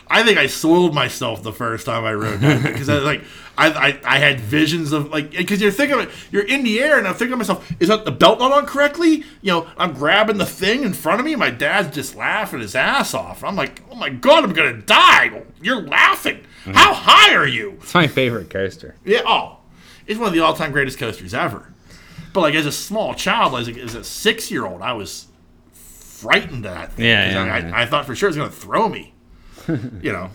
S6: I think I soiled myself the first time I rode that because I was like I, I I had visions of like because you're thinking of- you're in the air and I'm thinking to myself is that the belt not on correctly? You know I'm grabbing the thing in front of me. My dad's just laughing his ass off. I'm like oh my god I'm gonna die. You're laughing. How high are you?
S7: It's my favorite coaster.
S6: Yeah. Oh, it's one of the all-time greatest coasters ever. But like as a small child, as a, as a six-year-old, I was frightened at that thing.
S7: Yeah,
S6: 'Cause
S7: yeah,
S6: I,
S7: yeah.
S6: I, I thought for sure it was going to throw me. you know.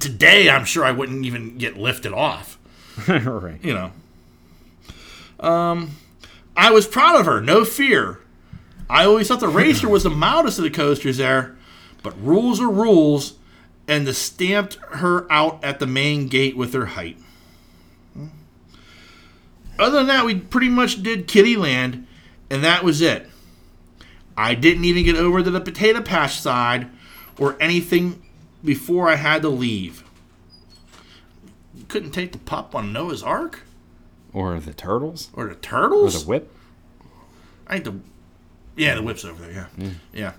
S6: Today, I'm sure I wouldn't even get lifted off.
S7: right.
S6: You know. Um, I was proud of her. No fear. I always thought the racer was the mildest of the coasters there, But rules are rules, and the stamped her out at the main gate with her height. Other than that, we pretty much did Kittyland, and that was it. I didn't even get over to the potato patch side or anything before I had to leave. Couldn't take the pup on Noah's Ark
S7: Or the turtles?
S6: or the
S7: Or the
S6: turtles.
S7: whip?
S6: I think the yeah, the whip's over there. Yeah,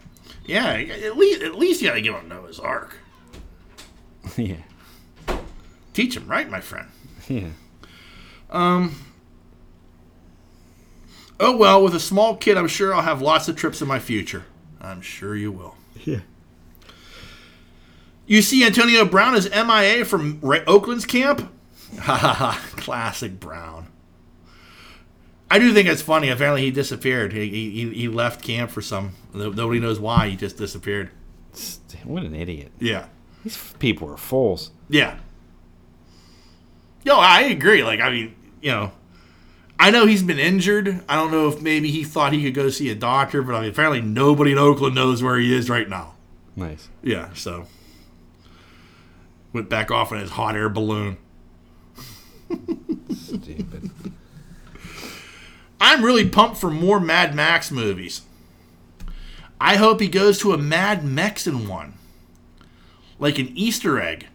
S6: yeah, yeah. At least at least you got to give him Noah's Ark.
S7: yeah.
S6: Teach him right, my friend.
S7: Yeah.
S6: Oh well, with a small kid, I'm sure I'll have lots of trips in my future. I'm sure you will.
S7: Yeah.
S6: You see, Antonio Brown is MIA from Ra- Oakland's camp. Ha ha ha! Classic Brown. I do think it's funny. Apparently, he disappeared. He, he, he left camp for some. Nobody knows why. He just disappeared.
S7: What an idiot.
S6: Yeah.
S7: These people are fools.
S6: Yeah. Yo, I agree. Like, I mean, you know, I know he's been injured. I don't know if maybe he thought he could go see a doctor, but I mean, apparently nobody in Oakland knows where he is right now.
S7: Nice.
S6: Yeah, so went back off in his hot air balloon.
S7: Stupid.
S6: I'm really pumped for more Mad Max movies. I hope he goes to a Mad Mexin one. Like an Easter egg.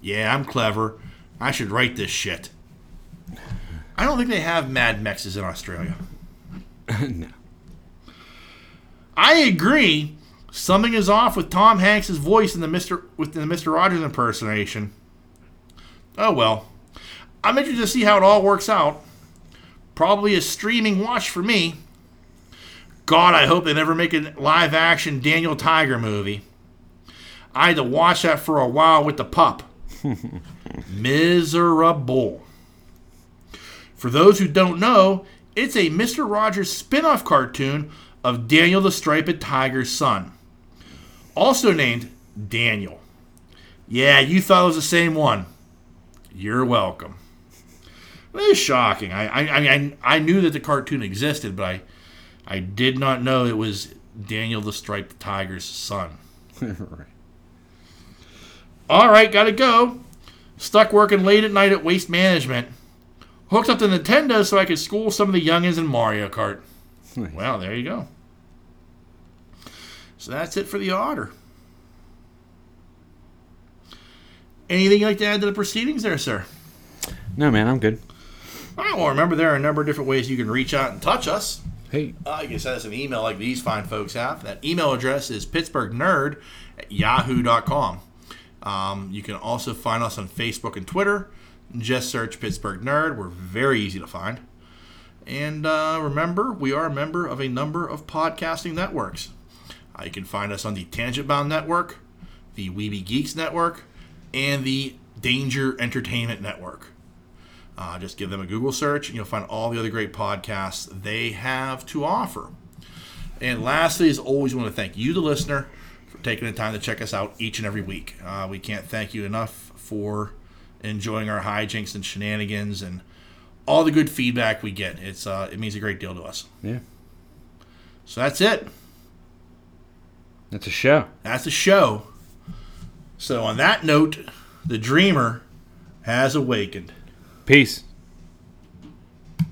S6: Yeah, I'm clever. I should write this shit. I don't think they have Mad Mexes in Australia.
S7: no.
S6: I agree. Something is off with Tom Hanks' voice in the Mr. with the Mr. Rogers impersonation. Oh well. I'm interested to see how it all works out. Probably a streaming watch for me. God, I hope they never make a live action Daniel Tiger movie. I had to watch that for a while with the pup. Miserable. For those who don't know, it's a Mr. Rogers spin off cartoon of Daniel the Striped Tiger's son, also named Daniel. Yeah, you thought it was the same one. You're welcome. This is shocking. I, I, I, I- I knew that the cartoon existed, but I, I did not know it was Daniel the Striped Tiger's son.
S7: right.
S6: All right, gotta go. Stuck working late at night at Waste Management. Hooked up to Nintendo so I could school some of the youngins in Mario Kart.
S7: Nice.
S6: Well, there you go. So that's it for the otter. Anything you'd like to add to the proceedings there, sir?
S7: No, man, I'm good.
S6: I well, remember there are a number of different ways you can reach out and touch us.
S7: Hey.
S6: Uh, you can send us an email like these fine folks have. That email address is pittsburghnerd at yahoo.com. Um, you can also find us on Facebook and Twitter. Just search Pittsburgh Nerd. We're very easy to find. And uh, remember, we are a member of a number of podcasting networks. Uh, you can find us on the Tangent Bound Network, the Weeby Geeks Network, and the Danger Entertainment Network. Uh, just give them a Google search, and you'll find all the other great podcasts they have to offer. And lastly, as always, we want to thank you, the listener, for taking the time to check us out each and every week. Uh, we can't thank you enough for enjoying our hijinks and shenanigans and all the good feedback we get. It's uh, it means a great deal to us.
S7: Yeah.
S6: So that's it.
S7: That's a show.
S6: That's the show. So on that note, the dreamer has awakened.
S7: Peace.